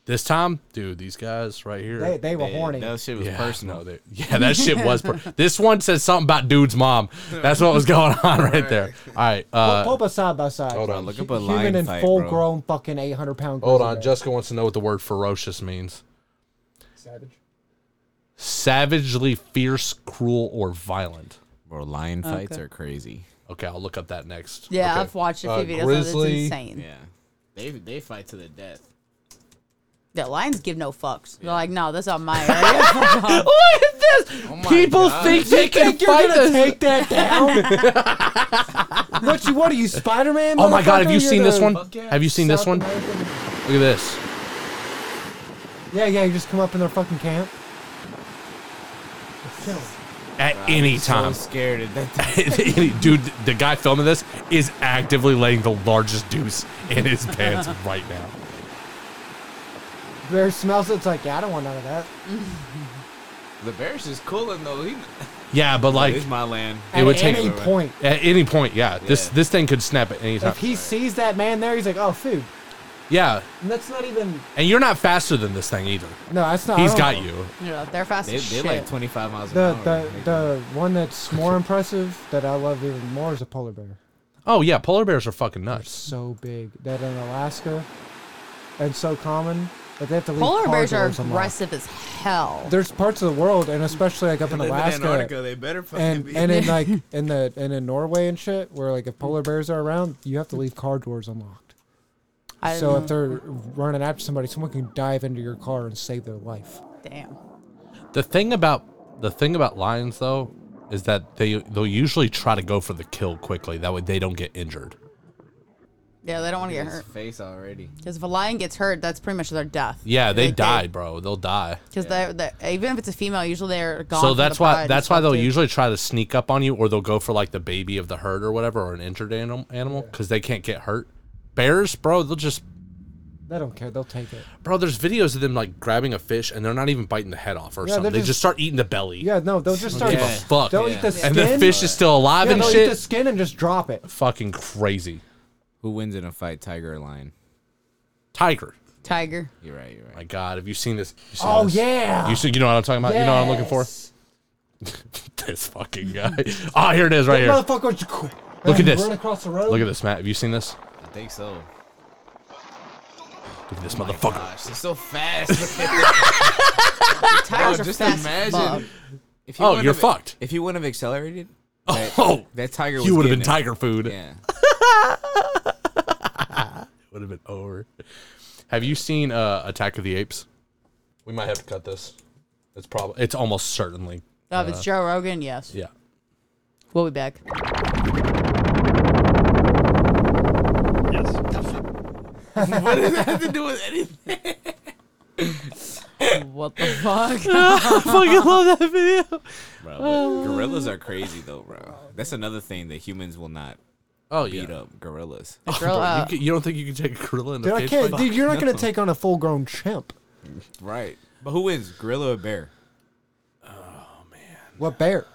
[SPEAKER 5] This time, dude, these guys right here,
[SPEAKER 8] They- they were They- horny.
[SPEAKER 10] that shit was
[SPEAKER 5] yeah,
[SPEAKER 10] personal.
[SPEAKER 5] no, they- yeah, that shit was. Per- this one said something about dude's mom. That's what was going on right there. All right. Uh,
[SPEAKER 8] Pull up a side by side.
[SPEAKER 5] hold on, look up a
[SPEAKER 8] human
[SPEAKER 5] lion
[SPEAKER 8] and
[SPEAKER 5] fight,
[SPEAKER 8] full
[SPEAKER 5] bro.
[SPEAKER 8] grown fucking eight hundred pound.
[SPEAKER 5] Hold on, Jessica wants to know what the word ferocious means.
[SPEAKER 8] Savage.
[SPEAKER 5] Savagely fierce, cruel, or violent.
[SPEAKER 10] Bro, lion
[SPEAKER 2] Okay.
[SPEAKER 10] fights are crazy.
[SPEAKER 5] Okay, I'll look up that next.
[SPEAKER 2] Yeah,
[SPEAKER 5] Okay.
[SPEAKER 2] I've watched a few
[SPEAKER 5] Uh,
[SPEAKER 2] videos. Of it.
[SPEAKER 5] Grizzly.
[SPEAKER 2] It's insane.
[SPEAKER 10] Yeah. They they fight to the death.
[SPEAKER 2] The lions give no fucks. They're like, no, that's
[SPEAKER 5] <laughs>
[SPEAKER 2] on my area. <laughs>
[SPEAKER 5] Look at this.
[SPEAKER 10] Oh my
[SPEAKER 5] People
[SPEAKER 10] God.
[SPEAKER 5] think they can
[SPEAKER 8] think you're
[SPEAKER 5] fight
[SPEAKER 8] gonna
[SPEAKER 5] this.
[SPEAKER 8] take that down? what you? What are you, Spider Man?
[SPEAKER 5] Oh my God, have you seen this one? Have you seen this one? Look at this.
[SPEAKER 8] Yeah, yeah. You just come up in their fucking camp.
[SPEAKER 5] At any time. <laughs>
[SPEAKER 10] So scared at that
[SPEAKER 5] Dude, the guy filming this is actively laying the largest deuce in his pants right now.
[SPEAKER 8] Bear smells. it, It's like yeah, I don't want none of that.
[SPEAKER 10] <laughs> The bear's just cooling though. He,
[SPEAKER 5] Yeah, but like,
[SPEAKER 10] this is my land.
[SPEAKER 5] it would take
[SPEAKER 8] any point.
[SPEAKER 5] At any point, yeah. This this thing could snap at any time.
[SPEAKER 8] If he sees that man there, he's like, oh, food.
[SPEAKER 5] Yeah,
[SPEAKER 8] And that's not even.
[SPEAKER 5] and you're not faster than this thing either.
[SPEAKER 8] No, that's not.
[SPEAKER 5] He's
[SPEAKER 8] I
[SPEAKER 5] got
[SPEAKER 8] don't-
[SPEAKER 5] you.
[SPEAKER 2] yeah, they're fast
[SPEAKER 10] They,
[SPEAKER 2] as
[SPEAKER 10] they
[SPEAKER 2] shit.
[SPEAKER 10] like 25 miles an
[SPEAKER 8] The
[SPEAKER 10] hour.
[SPEAKER 8] the the one that's more impressive that I love even more is a polar bear.
[SPEAKER 5] Oh yeah, polar bears are fucking nuts.
[SPEAKER 8] So big that in Alaska, and so common that they have to leave
[SPEAKER 2] Polar
[SPEAKER 8] cars
[SPEAKER 2] bears are
[SPEAKER 8] alone somewhere.
[SPEAKER 2] aggressive as hell.
[SPEAKER 8] There's parts of the world, and especially like up in
[SPEAKER 10] live in
[SPEAKER 8] Alaska,
[SPEAKER 10] Antarctica, they better fucking
[SPEAKER 8] and
[SPEAKER 10] be.
[SPEAKER 8] and
[SPEAKER 5] <laughs>
[SPEAKER 8] in like in the and in Norway and shit, where like if polar bears are around, you have to leave car doors unlocked.
[SPEAKER 2] I
[SPEAKER 8] so
[SPEAKER 2] don't
[SPEAKER 8] if they're running after somebody, someone can dive into your car and save their life.
[SPEAKER 2] Damn.
[SPEAKER 5] The thing about the thing about lions though is that they they'll usually try to go for the kill quickly. That way they don't get injured.
[SPEAKER 2] Yeah, they don't want to
[SPEAKER 10] Look at
[SPEAKER 2] get
[SPEAKER 10] his
[SPEAKER 2] hurt.
[SPEAKER 10] face already.
[SPEAKER 2] Because if a lion gets hurt, that's pretty much their death.
[SPEAKER 5] Yeah, they die, bro. They'll die.
[SPEAKER 2] Because they're, they even if it's a female, usually they're gone.
[SPEAKER 5] so
[SPEAKER 2] from
[SPEAKER 5] that's
[SPEAKER 2] the pride
[SPEAKER 5] why
[SPEAKER 2] and
[SPEAKER 5] that's why
[SPEAKER 2] stuff,
[SPEAKER 5] they'll
[SPEAKER 2] too.
[SPEAKER 5] usually try to sneak up on you, or they'll go for like the baby of the herd or whatever, or an injured anim- animal because they can't get hurt. Bears, bro, they'll just
[SPEAKER 8] They don't care; they'll take it.
[SPEAKER 5] bro. There's videos of them like grabbing a fish and they're not even biting the head off or
[SPEAKER 8] Yeah,
[SPEAKER 5] something.
[SPEAKER 8] they're
[SPEAKER 5] They just
[SPEAKER 8] just-
[SPEAKER 5] start eating the belly.
[SPEAKER 8] Yeah, no, they'll just
[SPEAKER 5] Don't
[SPEAKER 8] start.
[SPEAKER 5] give a fuck.
[SPEAKER 8] They'll eat the skin.
[SPEAKER 5] and the fish is still alive
[SPEAKER 8] yeah,
[SPEAKER 5] and
[SPEAKER 8] they'll eat the
[SPEAKER 5] shit.
[SPEAKER 8] skin and just drop it.
[SPEAKER 5] Fucking crazy.
[SPEAKER 10] Who wins in a fight, tiger or lion?
[SPEAKER 5] Tiger.
[SPEAKER 2] Tiger.
[SPEAKER 10] You're right. You're right.
[SPEAKER 5] My God, have you seen this? You seen
[SPEAKER 8] Oh
[SPEAKER 5] this?
[SPEAKER 8] yeah.
[SPEAKER 5] You see, you know what I'm talking about. You know what I'm looking for.
[SPEAKER 8] Yes.
[SPEAKER 5] <laughs> This fucking guy. Ah, here it is, right
[SPEAKER 8] That
[SPEAKER 5] here.
[SPEAKER 8] Motherfucker.
[SPEAKER 5] Look at
[SPEAKER 8] Run
[SPEAKER 5] this.
[SPEAKER 8] across the road.
[SPEAKER 5] Look at this, Matt. Have you seen this?
[SPEAKER 10] I think so.
[SPEAKER 5] Look at
[SPEAKER 10] Oh
[SPEAKER 5] this motherfucker.
[SPEAKER 10] Gosh, they're so <laughs> fast.
[SPEAKER 2] Tigers
[SPEAKER 10] Bro,
[SPEAKER 2] are
[SPEAKER 10] just
[SPEAKER 2] fast as fuck.
[SPEAKER 10] imagine. If he
[SPEAKER 5] Oh,
[SPEAKER 10] wouldn't
[SPEAKER 5] you're
[SPEAKER 10] have-
[SPEAKER 5] fucked.
[SPEAKER 10] If he wouldn't have accelerated,
[SPEAKER 5] <laughs> Oh,
[SPEAKER 10] that tiger.
[SPEAKER 5] you
[SPEAKER 10] would
[SPEAKER 5] would have been tiger food.
[SPEAKER 10] Yeah. <laughs>
[SPEAKER 5] Would have been over. Have you seen uh, Attack of the Apes? We might have to cut this. It's probably. It's almost certainly.
[SPEAKER 2] Oh, if it's Joe Rogan, yes.
[SPEAKER 5] Uh,
[SPEAKER 10] <laughs>
[SPEAKER 5] Yeah.
[SPEAKER 2] We'll be back.
[SPEAKER 10] Nothing to do with anything.
[SPEAKER 2] What the
[SPEAKER 5] <laughs>
[SPEAKER 2] fuck?
[SPEAKER 10] Bro, but
[SPEAKER 2] Oh.
[SPEAKER 10] gorillas are crazy though, bro. That's another thing that humans will not
[SPEAKER 5] Oh yeah.
[SPEAKER 10] beat
[SPEAKER 5] Oh,
[SPEAKER 10] up gorillas.
[SPEAKER 2] Girl,
[SPEAKER 5] You,
[SPEAKER 2] uh,
[SPEAKER 5] can- you don't think you can take a gorilla in
[SPEAKER 8] Dude,
[SPEAKER 5] the
[SPEAKER 8] I
[SPEAKER 5] face?
[SPEAKER 8] can't,
[SPEAKER 5] fight?
[SPEAKER 8] dude, you're not gonna take on a full-grown chimp.
[SPEAKER 10] <laughs> Right. But who wins, gorilla or bear?
[SPEAKER 8] What bear?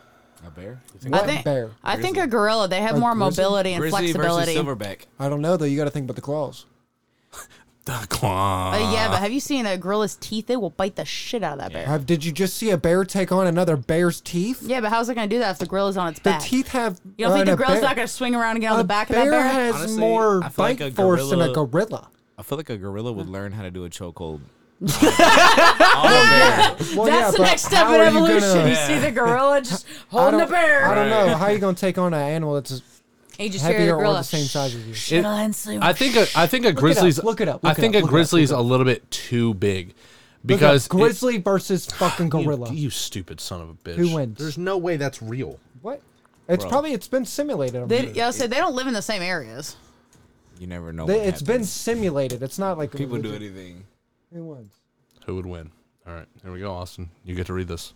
[SPEAKER 10] A bear?
[SPEAKER 2] I
[SPEAKER 8] What
[SPEAKER 2] think
[SPEAKER 8] bear?
[SPEAKER 2] I think a gorilla. They have more
[SPEAKER 8] grizzly?
[SPEAKER 2] mobility and
[SPEAKER 10] Grizzly
[SPEAKER 2] flexibility.
[SPEAKER 10] versus silverback.
[SPEAKER 8] I don't know though. You got to think about the claws.
[SPEAKER 2] Uh, yeah, but have you seen a gorilla's teeth? They will bite the shit out of that bear.
[SPEAKER 8] Have, did you just see a bear take on another bear's teeth?
[SPEAKER 2] Yeah, but how's it gonna do that if the gorilla's on its
[SPEAKER 8] The
[SPEAKER 2] back?
[SPEAKER 8] teeth have.
[SPEAKER 2] you don't think
[SPEAKER 8] on
[SPEAKER 2] the
[SPEAKER 8] a
[SPEAKER 2] gorilla's
[SPEAKER 8] bear-
[SPEAKER 2] not gonna swing around and get on the back
[SPEAKER 8] a
[SPEAKER 2] of that
[SPEAKER 8] bear
[SPEAKER 2] bear?
[SPEAKER 8] has
[SPEAKER 10] Honestly,
[SPEAKER 8] more
[SPEAKER 10] I feel
[SPEAKER 8] bite
[SPEAKER 10] like a
[SPEAKER 8] force than a
[SPEAKER 10] gorilla-
[SPEAKER 8] gorilla.
[SPEAKER 10] I feel like a gorilla would learn how to do
[SPEAKER 2] <laughs>
[SPEAKER 10] a chokehold.
[SPEAKER 8] Well, Oh, yeah,
[SPEAKER 2] That's the
[SPEAKER 8] but
[SPEAKER 2] next step
[SPEAKER 8] how
[SPEAKER 2] in
[SPEAKER 8] are you
[SPEAKER 2] evolution.
[SPEAKER 8] gonna-
[SPEAKER 2] You see the gorilla just
[SPEAKER 8] <laughs> I
[SPEAKER 2] <laughs> holding the
[SPEAKER 8] don't- I
[SPEAKER 2] bear. <laughs>
[SPEAKER 8] don't know how you gonna take on an animal that's
[SPEAKER 2] He just
[SPEAKER 8] heavier
[SPEAKER 2] carried a
[SPEAKER 8] or
[SPEAKER 2] gorilla.
[SPEAKER 8] the same size as you.
[SPEAKER 5] It- I think a, I think a
[SPEAKER 8] Look it up,
[SPEAKER 5] grizzly's
[SPEAKER 8] look it up,
[SPEAKER 5] I
[SPEAKER 8] look it
[SPEAKER 5] think
[SPEAKER 8] up,
[SPEAKER 5] a
[SPEAKER 8] look it up,
[SPEAKER 5] grizzly's
[SPEAKER 8] look
[SPEAKER 5] a little bit too big
[SPEAKER 8] Look up,
[SPEAKER 5] because it-
[SPEAKER 8] grizzly versus
[SPEAKER 10] <sighs>
[SPEAKER 8] fucking
[SPEAKER 5] You-
[SPEAKER 8] gorilla.
[SPEAKER 5] You, stupid son of a bitch.
[SPEAKER 8] Who wins?
[SPEAKER 5] There's no way that's real.
[SPEAKER 8] What? It's
[SPEAKER 5] Bro.
[SPEAKER 8] probably it's been simulated. I'm
[SPEAKER 2] They,
[SPEAKER 8] sure.
[SPEAKER 2] yeah, so they don't live in the same areas.
[SPEAKER 10] You never know.
[SPEAKER 8] They-
[SPEAKER 10] what
[SPEAKER 8] it's been simulated. It's not like
[SPEAKER 10] happens. people do e-
[SPEAKER 8] legit-
[SPEAKER 10] <laughs> anything.
[SPEAKER 8] Who wins?
[SPEAKER 5] Who would win? All right, here we go, Austin. You get to read this.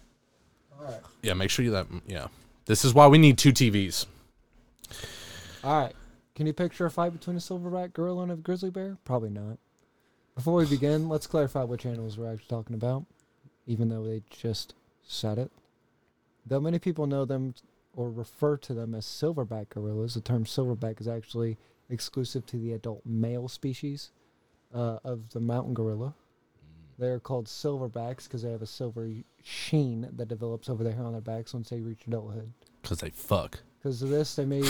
[SPEAKER 8] All right.
[SPEAKER 5] Yeah, make sure you that. Yeah, this is why we need two TVs.
[SPEAKER 8] All right. Can you picture a fight between a silverback gorilla and a grizzly bear? Probably not. Before we begin, let's clarify which animals we're actually talking about, even though they just said it. Though many people know them or refer to them as silverback gorillas, the term silverback is actually exclusive to the adult male species uh, of the mountain gorilla. They are called silverbacks because they have a silvery sheen that develops over their hair on their backs once they reach adulthood.
[SPEAKER 5] Cause they fuck.
[SPEAKER 8] Because of this, they may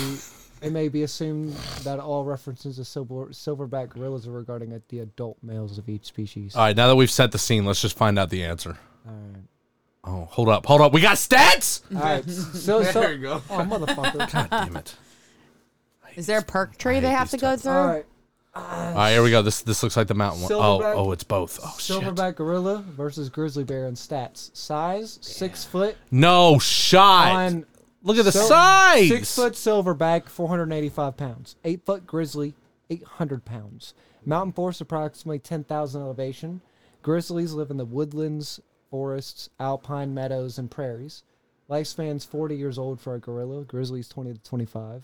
[SPEAKER 8] it may be assumed that all references to silver, silverback gorillas are regarding at the adult males of each species.
[SPEAKER 5] All right, now that we've set the scene, let's just find out the answer.
[SPEAKER 8] All right.
[SPEAKER 5] Oh, hold up, hold up. We got <laughs> stats.
[SPEAKER 8] All right. So,
[SPEAKER 10] There
[SPEAKER 8] so,
[SPEAKER 10] you go.
[SPEAKER 8] Oh,
[SPEAKER 5] <laughs>
[SPEAKER 8] motherfucker.
[SPEAKER 5] God damn it.
[SPEAKER 2] Is there a perk tree they have to go through?
[SPEAKER 8] All right.
[SPEAKER 5] All right, here we go. This this looks like the mountain one. Oh,
[SPEAKER 8] Silverback-
[SPEAKER 5] oh, it's both. Oh shit.
[SPEAKER 8] Silverback gorilla versus grizzly bear in stats. Size, six foot.
[SPEAKER 5] No shot.
[SPEAKER 8] On
[SPEAKER 5] Look at the
[SPEAKER 8] sil-
[SPEAKER 5] size.
[SPEAKER 8] Six foot silverback, 485 pounds. Eight foot grizzly, 800 pounds. Mountain forest, approximately 10,000 elevation. Grizzlies live in the woodlands, forests, alpine meadows, and prairies. Lifespan's 40 years old for a gorilla. Grizzlies 20 to 25.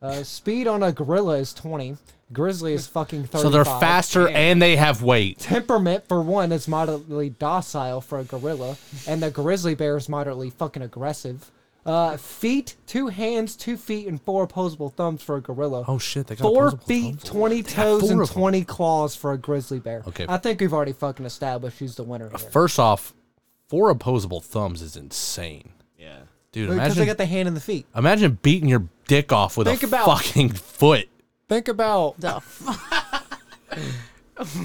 [SPEAKER 8] Uh, speed on a gorilla is 20. Grizzly is fucking 35.
[SPEAKER 5] So they're faster and they have weight.
[SPEAKER 8] Temperament, for one, is moderately docile for a gorilla, and the grizzly bear is moderately fucking aggressive. Uh, feet, two hands, two feet, and four opposable thumbs for a gorilla.
[SPEAKER 5] Oh shit, they got
[SPEAKER 8] Four
[SPEAKER 5] opposable
[SPEAKER 8] feet,
[SPEAKER 5] thumbs.
[SPEAKER 8] twenty
[SPEAKER 5] They got
[SPEAKER 8] toes,
[SPEAKER 5] four
[SPEAKER 8] and
[SPEAKER 5] of 'em.
[SPEAKER 8] twenty claws for a grizzly bear.
[SPEAKER 5] Okay.
[SPEAKER 8] I think we've already fucking established who's the winner. Here.
[SPEAKER 5] First off, four opposable thumbs is insane.
[SPEAKER 10] Yeah.
[SPEAKER 5] Dude,
[SPEAKER 8] because they
[SPEAKER 5] imagine
[SPEAKER 8] got the hand and the feet.
[SPEAKER 5] imagine beating your dick off with
[SPEAKER 8] Think
[SPEAKER 5] a
[SPEAKER 8] about-
[SPEAKER 5] fucking foot.
[SPEAKER 8] Think about
[SPEAKER 2] The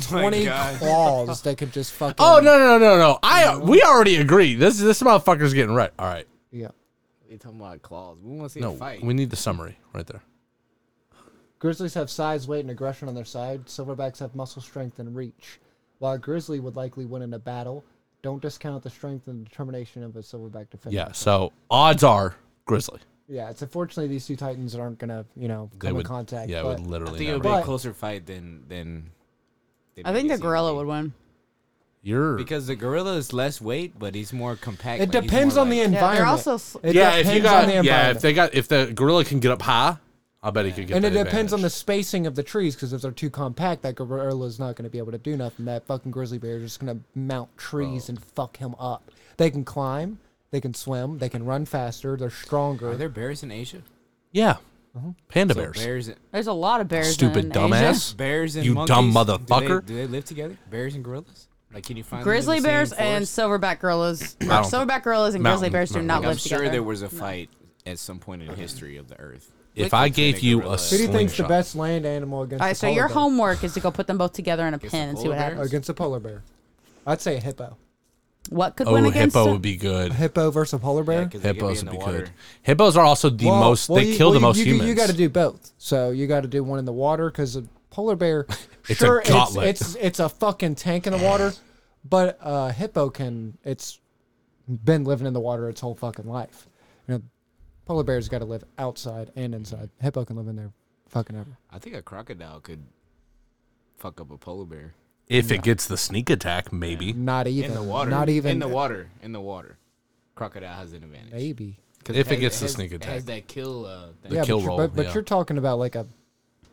[SPEAKER 8] twenty
[SPEAKER 10] God.
[SPEAKER 8] claws that could just fucking.
[SPEAKER 5] Oh no no no no no! I we already agree. This this motherfucker's getting right. All right,
[SPEAKER 8] Yeah,
[SPEAKER 10] You talking about claws? We want to see
[SPEAKER 5] no,
[SPEAKER 10] a fight.
[SPEAKER 5] we need the summary right there.
[SPEAKER 8] Grizzlies have size, weight, and aggression on their side. Silverbacks have muscle strength and reach. While a grizzly would likely win in a battle, don't discount the strength and determination of a silverback defender.
[SPEAKER 5] Yeah. So odds are grizzly.
[SPEAKER 8] Yeah, it's unfortunately these two titans aren't gonna, you know,
[SPEAKER 5] They
[SPEAKER 8] come
[SPEAKER 5] would
[SPEAKER 8] in contact.
[SPEAKER 5] Yeah, it
[SPEAKER 8] but
[SPEAKER 5] would
[SPEAKER 10] I
[SPEAKER 5] literally.
[SPEAKER 10] think it would
[SPEAKER 5] Not
[SPEAKER 10] be
[SPEAKER 5] be.
[SPEAKER 10] a
[SPEAKER 8] But-
[SPEAKER 10] closer fight than than. than
[SPEAKER 2] I think
[SPEAKER 10] make
[SPEAKER 2] the
[SPEAKER 10] it seem
[SPEAKER 2] gorilla
[SPEAKER 10] to
[SPEAKER 2] would
[SPEAKER 10] be.
[SPEAKER 2] win.
[SPEAKER 5] You're
[SPEAKER 10] because the gorilla is less weight, but he's more compact.
[SPEAKER 8] it
[SPEAKER 10] like, he's
[SPEAKER 8] depends
[SPEAKER 10] more
[SPEAKER 8] on the
[SPEAKER 10] like-
[SPEAKER 8] environment.
[SPEAKER 2] they're also s-
[SPEAKER 8] It
[SPEAKER 5] yeah. If you
[SPEAKER 8] depends on the
[SPEAKER 5] got yeah,
[SPEAKER 8] environment.
[SPEAKER 5] if they got if the gorilla can get up high, I bet he could get.
[SPEAKER 8] and it
[SPEAKER 5] that
[SPEAKER 8] depends on the
[SPEAKER 5] advantage.
[SPEAKER 8] spacing of the trees, because if they're too compact, that gorilla's not going to be able to do nothing. That fucking grizzly bear is just going to mount trees and fuck him up. They can climb, they can swim, they can run faster, they're stronger.
[SPEAKER 10] Are there bears in Asia?
[SPEAKER 5] yeah. Panda
[SPEAKER 10] So
[SPEAKER 5] bears.
[SPEAKER 10] Bears.
[SPEAKER 2] There's a lot of bears.
[SPEAKER 5] Stupid
[SPEAKER 2] in Asia.
[SPEAKER 5] dumbass.
[SPEAKER 10] Bears and
[SPEAKER 5] You
[SPEAKER 10] monkeys,
[SPEAKER 5] dumb
[SPEAKER 10] do they- Do
[SPEAKER 5] motherfucker.
[SPEAKER 10] they, live together? Bears and gorillas? Like, can you find them in
[SPEAKER 2] Grizzly
[SPEAKER 10] the same
[SPEAKER 2] bears and
[SPEAKER 10] forest?
[SPEAKER 2] silverback gorillas. or
[SPEAKER 5] Mountain-
[SPEAKER 2] silverback gorillas and grizzly
[SPEAKER 5] mountain-
[SPEAKER 2] bears do
[SPEAKER 5] mountain
[SPEAKER 2] not
[SPEAKER 10] Like, I'm
[SPEAKER 2] live
[SPEAKER 10] sure
[SPEAKER 2] together.
[SPEAKER 10] there was a fight at some point in the history of the earth.
[SPEAKER 5] If I gave you a
[SPEAKER 8] Who do you think's the
[SPEAKER 5] slingshot.
[SPEAKER 8] best land animal against
[SPEAKER 2] All
[SPEAKER 8] a
[SPEAKER 2] right, so
[SPEAKER 8] polar
[SPEAKER 2] your
[SPEAKER 8] bear?
[SPEAKER 2] homework is to go put them both together in a
[SPEAKER 10] a
[SPEAKER 2] pen and see
[SPEAKER 10] polar
[SPEAKER 2] what
[SPEAKER 10] bear?
[SPEAKER 2] happens.
[SPEAKER 8] Against a polar bear. I'd say a hippo.
[SPEAKER 2] What could win
[SPEAKER 5] Oh,
[SPEAKER 2] against
[SPEAKER 5] hippo
[SPEAKER 2] it?
[SPEAKER 5] would be good.
[SPEAKER 8] A hippo versus a polar bear?
[SPEAKER 5] Hippos would be good. Hippos are also the
[SPEAKER 8] Well,
[SPEAKER 5] most.
[SPEAKER 8] well,
[SPEAKER 5] they
[SPEAKER 8] you-
[SPEAKER 5] kill
[SPEAKER 8] well,
[SPEAKER 5] the most
[SPEAKER 8] you,
[SPEAKER 5] humans.
[SPEAKER 8] You, got to do both. So you got to do one in the water because a polar bear,
[SPEAKER 5] <laughs> It's a
[SPEAKER 8] sure, it's,
[SPEAKER 5] gauntlet.
[SPEAKER 8] it's it's a fucking tank in the water, but a hippo can. It's been living in the water its whole fucking life. You know, polar bears got to live outside and inside. Hippo can live in there, fucking ever.
[SPEAKER 10] I think a crocodile could fuck up a polar bear
[SPEAKER 5] If it gets the sneak attack, maybe.
[SPEAKER 8] Not even
[SPEAKER 10] in the water.
[SPEAKER 8] Not even
[SPEAKER 10] in the water. In the water, crocodile has an advantage.
[SPEAKER 8] Maybe.
[SPEAKER 10] 'Cause
[SPEAKER 5] If it
[SPEAKER 10] has-
[SPEAKER 5] gets the
[SPEAKER 10] has-
[SPEAKER 5] sneak
[SPEAKER 10] it has
[SPEAKER 5] attack.
[SPEAKER 10] that kill. Uh, thing.
[SPEAKER 5] The
[SPEAKER 8] yeah,
[SPEAKER 5] kill
[SPEAKER 8] but,
[SPEAKER 5] roll,
[SPEAKER 8] You're, but, but
[SPEAKER 5] yeah.
[SPEAKER 8] you're talking about like a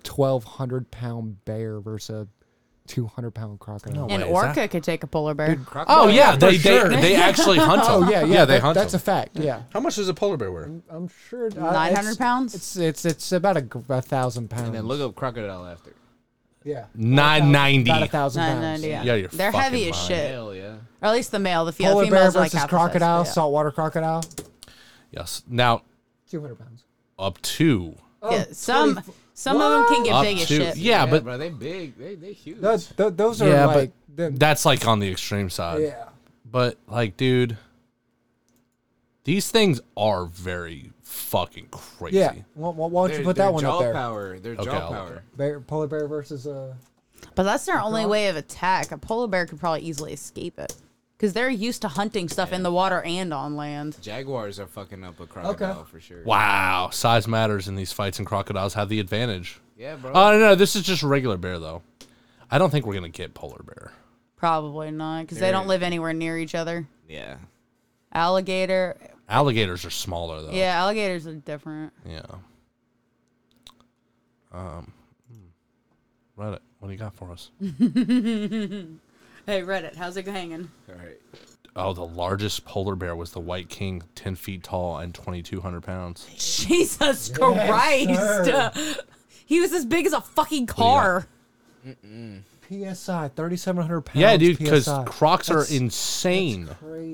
[SPEAKER 8] twelve hundred pound bear versus a two hundred pound crocodile.
[SPEAKER 5] way.
[SPEAKER 2] An
[SPEAKER 5] Wait, is
[SPEAKER 2] orca
[SPEAKER 5] that-
[SPEAKER 2] could take a polar bear.
[SPEAKER 5] Oh yeah, they
[SPEAKER 8] for
[SPEAKER 5] they,
[SPEAKER 8] sure. <laughs>
[SPEAKER 5] they actually hunt them.
[SPEAKER 8] Oh yeah, yeah,
[SPEAKER 5] they
[SPEAKER 8] that-
[SPEAKER 5] hunt
[SPEAKER 8] That's
[SPEAKER 5] them.
[SPEAKER 8] a fact.
[SPEAKER 2] <laughs>
[SPEAKER 8] Yeah,
[SPEAKER 5] How much does a polar bear weigh?
[SPEAKER 8] I'm sure. uh,
[SPEAKER 2] Nine
[SPEAKER 8] it's-
[SPEAKER 2] hundred pounds.
[SPEAKER 8] It's it's it's about a, gr- a thousand pounds.
[SPEAKER 10] And then look up crocodile after.
[SPEAKER 8] yeah,
[SPEAKER 5] Nine ninety.
[SPEAKER 8] about a thousand
[SPEAKER 2] Nine
[SPEAKER 8] pounds.
[SPEAKER 2] ninety. Yeah,
[SPEAKER 5] Yeah, you're
[SPEAKER 2] they're heavy
[SPEAKER 5] fucking
[SPEAKER 2] as
[SPEAKER 5] lying.
[SPEAKER 2] shit.
[SPEAKER 10] Hell yeah.
[SPEAKER 2] Or at least the male. The female.
[SPEAKER 8] Polar
[SPEAKER 2] females are
[SPEAKER 8] bear
[SPEAKER 2] like
[SPEAKER 8] versus
[SPEAKER 2] half the size,
[SPEAKER 8] crocodile,
[SPEAKER 2] yeah.
[SPEAKER 8] saltwater crocodile,
[SPEAKER 5] Yes. Now
[SPEAKER 8] two hundred pounds.
[SPEAKER 5] up to.
[SPEAKER 8] Oh,
[SPEAKER 2] Yeah, some some of them can get
[SPEAKER 5] Up
[SPEAKER 2] big as
[SPEAKER 5] to-
[SPEAKER 2] shit.
[SPEAKER 5] Yeah, but
[SPEAKER 10] bro, they big. They they huge.
[SPEAKER 8] Those, th- those are
[SPEAKER 5] yeah,
[SPEAKER 8] like
[SPEAKER 5] but
[SPEAKER 8] them-
[SPEAKER 5] that's like on the extreme side.
[SPEAKER 8] yeah.
[SPEAKER 5] But like, dude, These things are very fucking crazy.
[SPEAKER 8] Yeah. Why, why why don't
[SPEAKER 10] Their-
[SPEAKER 8] you put
[SPEAKER 10] their
[SPEAKER 8] that one up
[SPEAKER 10] jaw
[SPEAKER 8] there?
[SPEAKER 10] power, their jaw Okay, I'll look power. it
[SPEAKER 8] Bear, polar bear versus uh.
[SPEAKER 2] But that's their only
[SPEAKER 8] Across?
[SPEAKER 2] way of attack. A polar bear could probably easily escape it because they're used to hunting stuff in the water and on land.
[SPEAKER 10] Jaguars are fucking up a crocodile for sure.
[SPEAKER 5] Wow, size matters in these fights, and crocodiles have the advantage.
[SPEAKER 10] Yeah, bro.
[SPEAKER 5] Oh no, no, this is just regular bear though. I don't think we're gonna get polar bear.
[SPEAKER 2] Probably not because they
[SPEAKER 5] They're-
[SPEAKER 2] don't live anywhere near each other.
[SPEAKER 10] Yeah.
[SPEAKER 2] Alligator.
[SPEAKER 5] Alligators are smaller though.
[SPEAKER 2] Yeah, alligators are different.
[SPEAKER 5] Yeah. Um, hmm. Reddit, what do you got for us?
[SPEAKER 2] hey Reddit, how's it hanging?
[SPEAKER 10] All right.
[SPEAKER 5] Oh, the largest polar bear was the white king, ten feet tall and twenty two hundred pounds.
[SPEAKER 2] <laughs> Jesus
[SPEAKER 8] sir.
[SPEAKER 2] Christ! <laughs> he was as big as a fucking car.
[SPEAKER 8] PSI, 3,700 pounds.
[SPEAKER 5] yeah, dude, because
[SPEAKER 8] PSI.
[SPEAKER 5] crocs
[SPEAKER 8] That's-
[SPEAKER 5] are insane.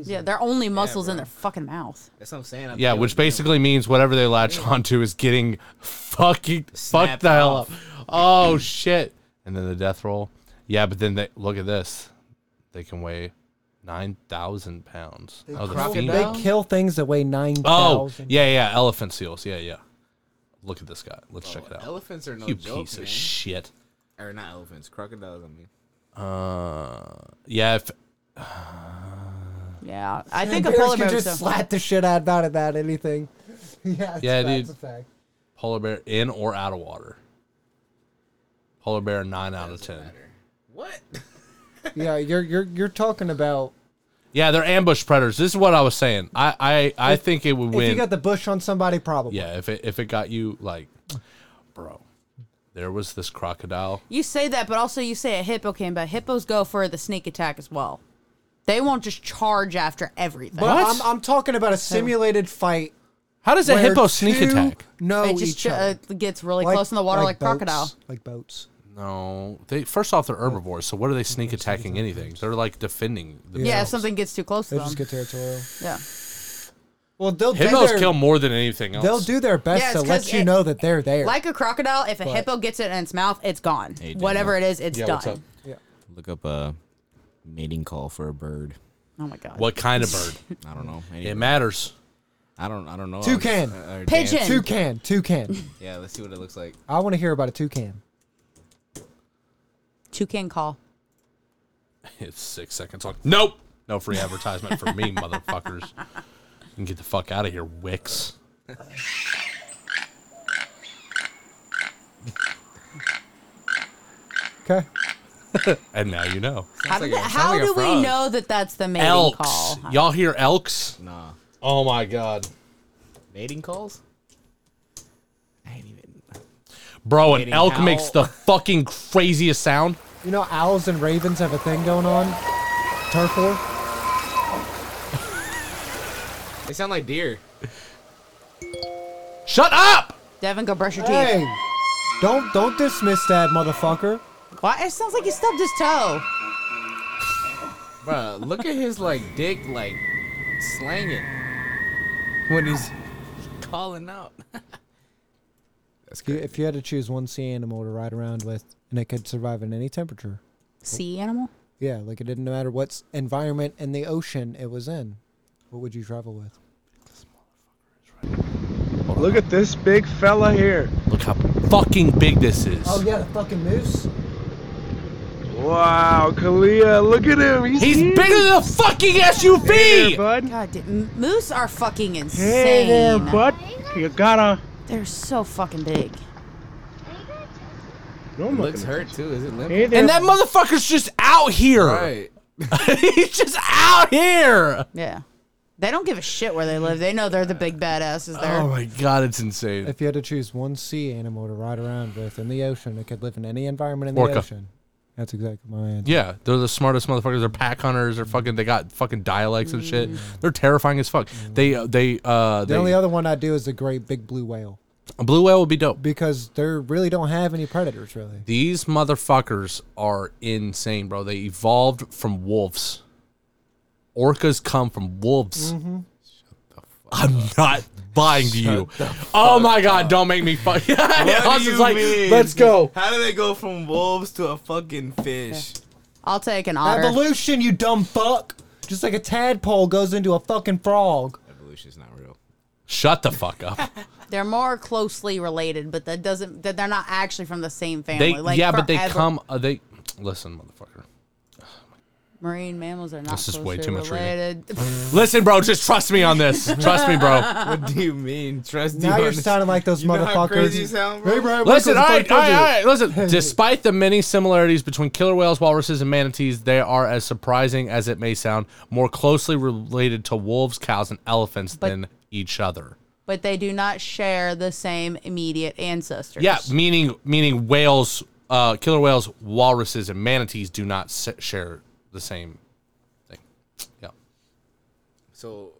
[SPEAKER 2] Yeah, their only muscles in their fucking mouth.
[SPEAKER 10] That's what I'm saying.
[SPEAKER 5] Yeah, which basically means whatever they latch onto is getting fucking fucked the hell up.
[SPEAKER 10] <clears throat>
[SPEAKER 5] Oh shit! And then the death roll. Yeah, but then they look at this. They can weigh nine thousand pounds.
[SPEAKER 8] They,
[SPEAKER 5] oh, the
[SPEAKER 8] kill-
[SPEAKER 5] female.
[SPEAKER 8] they kill things that weigh 9,000.
[SPEAKER 5] Oh, yeah, yeah, elephant seals. Yeah, yeah. Look at this guy. Let's check it out.
[SPEAKER 10] Elephants Oh, are no
[SPEAKER 5] you
[SPEAKER 10] joke,
[SPEAKER 5] piece
[SPEAKER 10] man.
[SPEAKER 5] of shit.
[SPEAKER 10] Or not elephants, crocodiles. I mean.
[SPEAKER 5] Uh, yeah. If
[SPEAKER 2] Yeah, I think a
[SPEAKER 8] Bears
[SPEAKER 2] polar
[SPEAKER 8] can
[SPEAKER 2] bear.
[SPEAKER 8] just
[SPEAKER 2] would-
[SPEAKER 8] slap the shit out out of that anything. <laughs> Yeah,
[SPEAKER 5] yeah,
[SPEAKER 8] that's
[SPEAKER 5] dude.
[SPEAKER 8] a fact.
[SPEAKER 5] Polar bear in or out of water. Polar bear nine out of ten.
[SPEAKER 2] <laughs>
[SPEAKER 8] Yeah, you're you're you're talking about
[SPEAKER 5] Yeah, they're ambush predators. This is what I was saying. I I, I
[SPEAKER 8] If-
[SPEAKER 5] think it would
[SPEAKER 8] if
[SPEAKER 5] win.
[SPEAKER 8] you got the bush on somebody, probably.
[SPEAKER 5] yeah, if it if it got you like, bro, there was this crocodile.
[SPEAKER 2] You say that, but also you say a hippo can, but hippos go for the sneak attack as well. They won't just charge after everything.
[SPEAKER 8] But I'm I'm talking about a simulated fight.
[SPEAKER 5] How does a
[SPEAKER 8] where
[SPEAKER 5] hippo sneak
[SPEAKER 8] two
[SPEAKER 5] attack?
[SPEAKER 8] Know
[SPEAKER 2] it just
[SPEAKER 8] each
[SPEAKER 2] ch-
[SPEAKER 8] other.
[SPEAKER 2] uh, gets really close in the water like,
[SPEAKER 8] boats,
[SPEAKER 2] crocodile.
[SPEAKER 8] Like boats.
[SPEAKER 5] No, they first off they're herbivores, so what are they sneak attacking anything? They're like defending.
[SPEAKER 2] Yeah,
[SPEAKER 5] Themselves.
[SPEAKER 2] if something gets too close to
[SPEAKER 8] They
[SPEAKER 2] them.
[SPEAKER 8] just get territorial.
[SPEAKER 2] yeah.
[SPEAKER 8] Well, they'll do
[SPEAKER 5] hippos
[SPEAKER 8] their-
[SPEAKER 5] kill more than anything else.
[SPEAKER 8] They'll do their best
[SPEAKER 2] Yeah, it's
[SPEAKER 8] to
[SPEAKER 2] 'cause
[SPEAKER 8] let you
[SPEAKER 2] it-
[SPEAKER 8] know that they're there.
[SPEAKER 2] Like a crocodile, if a
[SPEAKER 8] But-
[SPEAKER 2] hippo gets it in its mouth, it's gone. Whatever it is, it's
[SPEAKER 10] Yeah,
[SPEAKER 2] done.
[SPEAKER 10] what's up? Look up a mating call for a bird.
[SPEAKER 2] Oh my god.
[SPEAKER 5] What kind
[SPEAKER 8] <laughs>
[SPEAKER 5] of bird?
[SPEAKER 10] I don't know. Any
[SPEAKER 5] It
[SPEAKER 10] bird.
[SPEAKER 5] matters.
[SPEAKER 10] I don't. I don't know.
[SPEAKER 8] toucan,
[SPEAKER 10] I was- or
[SPEAKER 8] pigeon,
[SPEAKER 10] dance.
[SPEAKER 8] toucan, toucan.
[SPEAKER 2] <laughs>
[SPEAKER 10] Yeah, let's see what it looks like.
[SPEAKER 8] I want to hear about a toucan.
[SPEAKER 2] Toucan call.
[SPEAKER 5] It's six seconds on. Nope. No free advertisement for
[SPEAKER 8] <laughs>
[SPEAKER 5] me, motherfuckers. You can get the fuck out of here, Wicks.
[SPEAKER 8] Okay.
[SPEAKER 5] and now you know.
[SPEAKER 2] How, do- how do we know that that's the mating
[SPEAKER 5] Elks.
[SPEAKER 2] call?
[SPEAKER 5] Y'all hear elks?
[SPEAKER 10] Nah.
[SPEAKER 5] Oh my god.
[SPEAKER 10] Mating calls?
[SPEAKER 5] Bro, an
[SPEAKER 8] Mating
[SPEAKER 5] elk
[SPEAKER 8] owl.
[SPEAKER 5] makes the fucking craziest sound.
[SPEAKER 8] You know, owls and ravens have a thing going on. Turf war.
[SPEAKER 10] They sound like deer.
[SPEAKER 5] Shut up!
[SPEAKER 2] Devin, go brush your
[SPEAKER 8] Hey,
[SPEAKER 2] teeth.
[SPEAKER 8] don't don't dismiss that motherfucker.
[SPEAKER 2] Why? It sounds like he stubbed his toe.
[SPEAKER 10] Bruh, look at his like dick like slanging when he's calling out.
[SPEAKER 8] If you, if you had to choose one sea animal to ride around with, and it could survive in any temperature,
[SPEAKER 2] Sea animal?
[SPEAKER 8] yeah, like it didn't matter what s- environment in the ocean it was in, what would you travel with?
[SPEAKER 12] Look at this big fella here.
[SPEAKER 5] Look how fucking big this is.
[SPEAKER 8] Oh yeah, the fucking moose.
[SPEAKER 12] Wow, Kalia, look at him. He's,
[SPEAKER 5] He's
[SPEAKER 12] huge.
[SPEAKER 5] bigger than a fucking SUV!
[SPEAKER 12] Hey there, bud.
[SPEAKER 2] God, di- m- moose are fucking insane.
[SPEAKER 12] Hey there, bud. You gotta.
[SPEAKER 2] They're so fucking big.
[SPEAKER 12] No,
[SPEAKER 10] It looks hurt too. Is it limping?
[SPEAKER 12] Hey there.
[SPEAKER 5] And that motherfucker's just out here.
[SPEAKER 10] Right.
[SPEAKER 5] <laughs> He's just out here.
[SPEAKER 2] Yeah. They don't give a shit where they live. They know they're the big badasses there.
[SPEAKER 5] Oh my god, it's insane.
[SPEAKER 8] If you had to choose one sea animal to ride around with in the ocean, it could live in any environment in the
[SPEAKER 5] Orca.
[SPEAKER 8] ocean. That's exactly my answer.
[SPEAKER 5] Yeah, they're the smartest motherfuckers. They're pack hunters. They're fucking. They got fucking dialects and shit. They're terrifying as fuck. They uh, they uh
[SPEAKER 8] The
[SPEAKER 5] they,
[SPEAKER 8] only other one I do is the great big blue whale
[SPEAKER 5] a blue whale would be dope.
[SPEAKER 8] because they really don't have any predators really.
[SPEAKER 5] These motherfuckers are insane, bro. They evolved from wolves. Orcas come from wolves. I'm not lying to you. Oh my god, don't make <laughs> me fuck. Austin's like, let's go.
[SPEAKER 10] How do they go from wolves to a fucking fish?
[SPEAKER 2] I'll take an otter.
[SPEAKER 8] Evolution, you dumb fuck. Just like a tadpole goes into a fucking frog.
[SPEAKER 10] evolution's not real.
[SPEAKER 5] Shut the fuck
[SPEAKER 2] <laughs>
[SPEAKER 5] up.
[SPEAKER 2] They're more closely related, but that doesn't that they're not actually from the same family.
[SPEAKER 5] they
[SPEAKER 2] like
[SPEAKER 5] yeah, but they
[SPEAKER 2] forever-
[SPEAKER 5] come. Uh, they listen, motherfucker.
[SPEAKER 2] Marine mammals are not.
[SPEAKER 5] This is way
[SPEAKER 2] closely
[SPEAKER 5] too much reading.
[SPEAKER 2] related. <laughs>
[SPEAKER 5] Listen, bro. Just trust me on this. Trust me, bro.
[SPEAKER 10] What do you mean? Trust
[SPEAKER 8] Now
[SPEAKER 10] you
[SPEAKER 8] you're
[SPEAKER 10] on this-
[SPEAKER 8] sounding like those
[SPEAKER 10] You know how
[SPEAKER 8] motherfuckers.
[SPEAKER 10] crazy you sound, bro?
[SPEAKER 8] Abraham
[SPEAKER 5] Listen, all right,
[SPEAKER 8] Lincoln's fucking
[SPEAKER 5] all right, all
[SPEAKER 8] president.
[SPEAKER 5] right. Listen, despite the many similarities between killer whales, walruses, and manatees, they are, as surprising as it may sound, more closely related to wolves, cows, and elephants than each other.
[SPEAKER 2] but they do not share the same immediate ancestors.
[SPEAKER 5] Yeah, meaning meaning whales, uh, killer whales, walruses, and manatees do not s- share the same thing. Yeah,
[SPEAKER 10] So,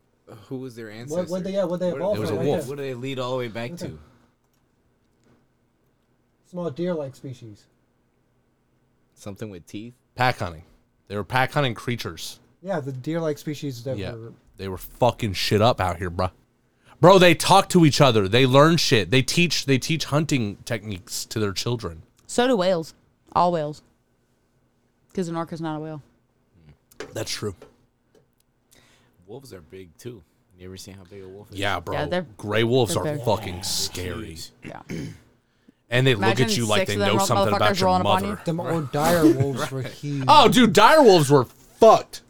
[SPEAKER 10] who was their ancestor?
[SPEAKER 8] What- what they- yeah, what they
[SPEAKER 10] did-
[SPEAKER 8] evolved
[SPEAKER 5] It was from a right wolf. there.
[SPEAKER 10] What do they lead all the way back to?
[SPEAKER 8] Small deer-like species.
[SPEAKER 10] Something with teeth.
[SPEAKER 5] pack hunting. They were pack hunting creatures.
[SPEAKER 8] Yeah, the deer-like species that
[SPEAKER 5] Yeah.
[SPEAKER 8] were.
[SPEAKER 5] They were fucking shit up out here, bruh. Bro, they talk to each other. They learn shit. They teach. They teach hunting techniques to their children.
[SPEAKER 2] So do whales. All whales. Because an orca's not a whale.
[SPEAKER 5] That's true.
[SPEAKER 10] Wolves are big too. You ever seen how big a wolf is?
[SPEAKER 5] Yeah, bro.
[SPEAKER 2] Yeah, they're-
[SPEAKER 5] Gray wolves
[SPEAKER 2] they're
[SPEAKER 5] are
[SPEAKER 2] big.
[SPEAKER 5] fucking
[SPEAKER 10] Yeah,
[SPEAKER 5] scary.
[SPEAKER 2] Yeah.
[SPEAKER 5] <clears throat> And they
[SPEAKER 2] Imagine
[SPEAKER 5] look at you like
[SPEAKER 2] six
[SPEAKER 5] they
[SPEAKER 2] of them
[SPEAKER 5] know
[SPEAKER 2] ro-
[SPEAKER 5] something about
[SPEAKER 2] motherfuckers
[SPEAKER 5] your
[SPEAKER 2] rolling up on
[SPEAKER 5] mother.
[SPEAKER 8] Them old
[SPEAKER 10] <laughs>
[SPEAKER 8] dire wolves were huge.
[SPEAKER 5] Oh, dude, dire wolves were fucked.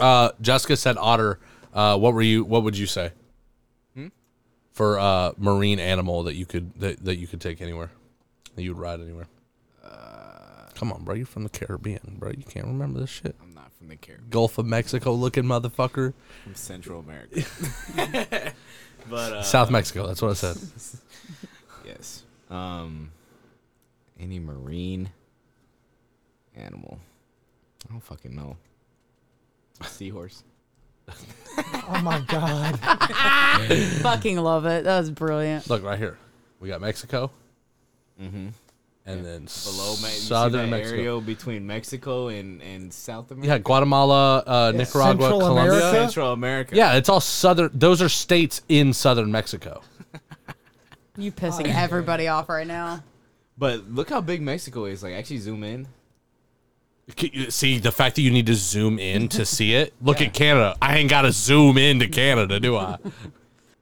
[SPEAKER 5] Uh, Jessica said otter. Uh, what were you? What would you say
[SPEAKER 10] Hmm?
[SPEAKER 5] for uh, marine animal that you could that, that you could take anywhere that you would ride anywhere? Come on, bro. You're from the Caribbean, bro. You can't remember this shit.
[SPEAKER 10] I'm not from the Caribbean.
[SPEAKER 5] Gulf of Mexico looking motherfucker.
[SPEAKER 10] From Central America. but uh,
[SPEAKER 5] South Mexico. That's what I said.
[SPEAKER 10] Yes. Um, any marine animal? I don't fucking know. Seahorse.
[SPEAKER 8] Oh my god.
[SPEAKER 2] Fucking love it. That was brilliant.
[SPEAKER 5] Look right here. We got Mexico.
[SPEAKER 10] Mm-hmm.
[SPEAKER 5] And then
[SPEAKER 10] Below Me- you see
[SPEAKER 5] southern
[SPEAKER 10] that
[SPEAKER 5] Mexico.
[SPEAKER 10] area between Mexico and, and South America.
[SPEAKER 5] Yeah, Guatemala, uh,
[SPEAKER 10] Yeah,
[SPEAKER 5] Nicaragua,
[SPEAKER 10] Central
[SPEAKER 5] Colombia.
[SPEAKER 10] America? Central America.
[SPEAKER 5] Yeah, it's all southern. Those are states in southern Mexico.
[SPEAKER 2] You pissing everybody off right now.
[SPEAKER 10] But look how big Mexico is. Like, actually, zoom in.
[SPEAKER 5] Can you- See the fact that you need to zoom in to see <laughs> it. Look at Canada. I ain't got to zoom in to Canada, do I?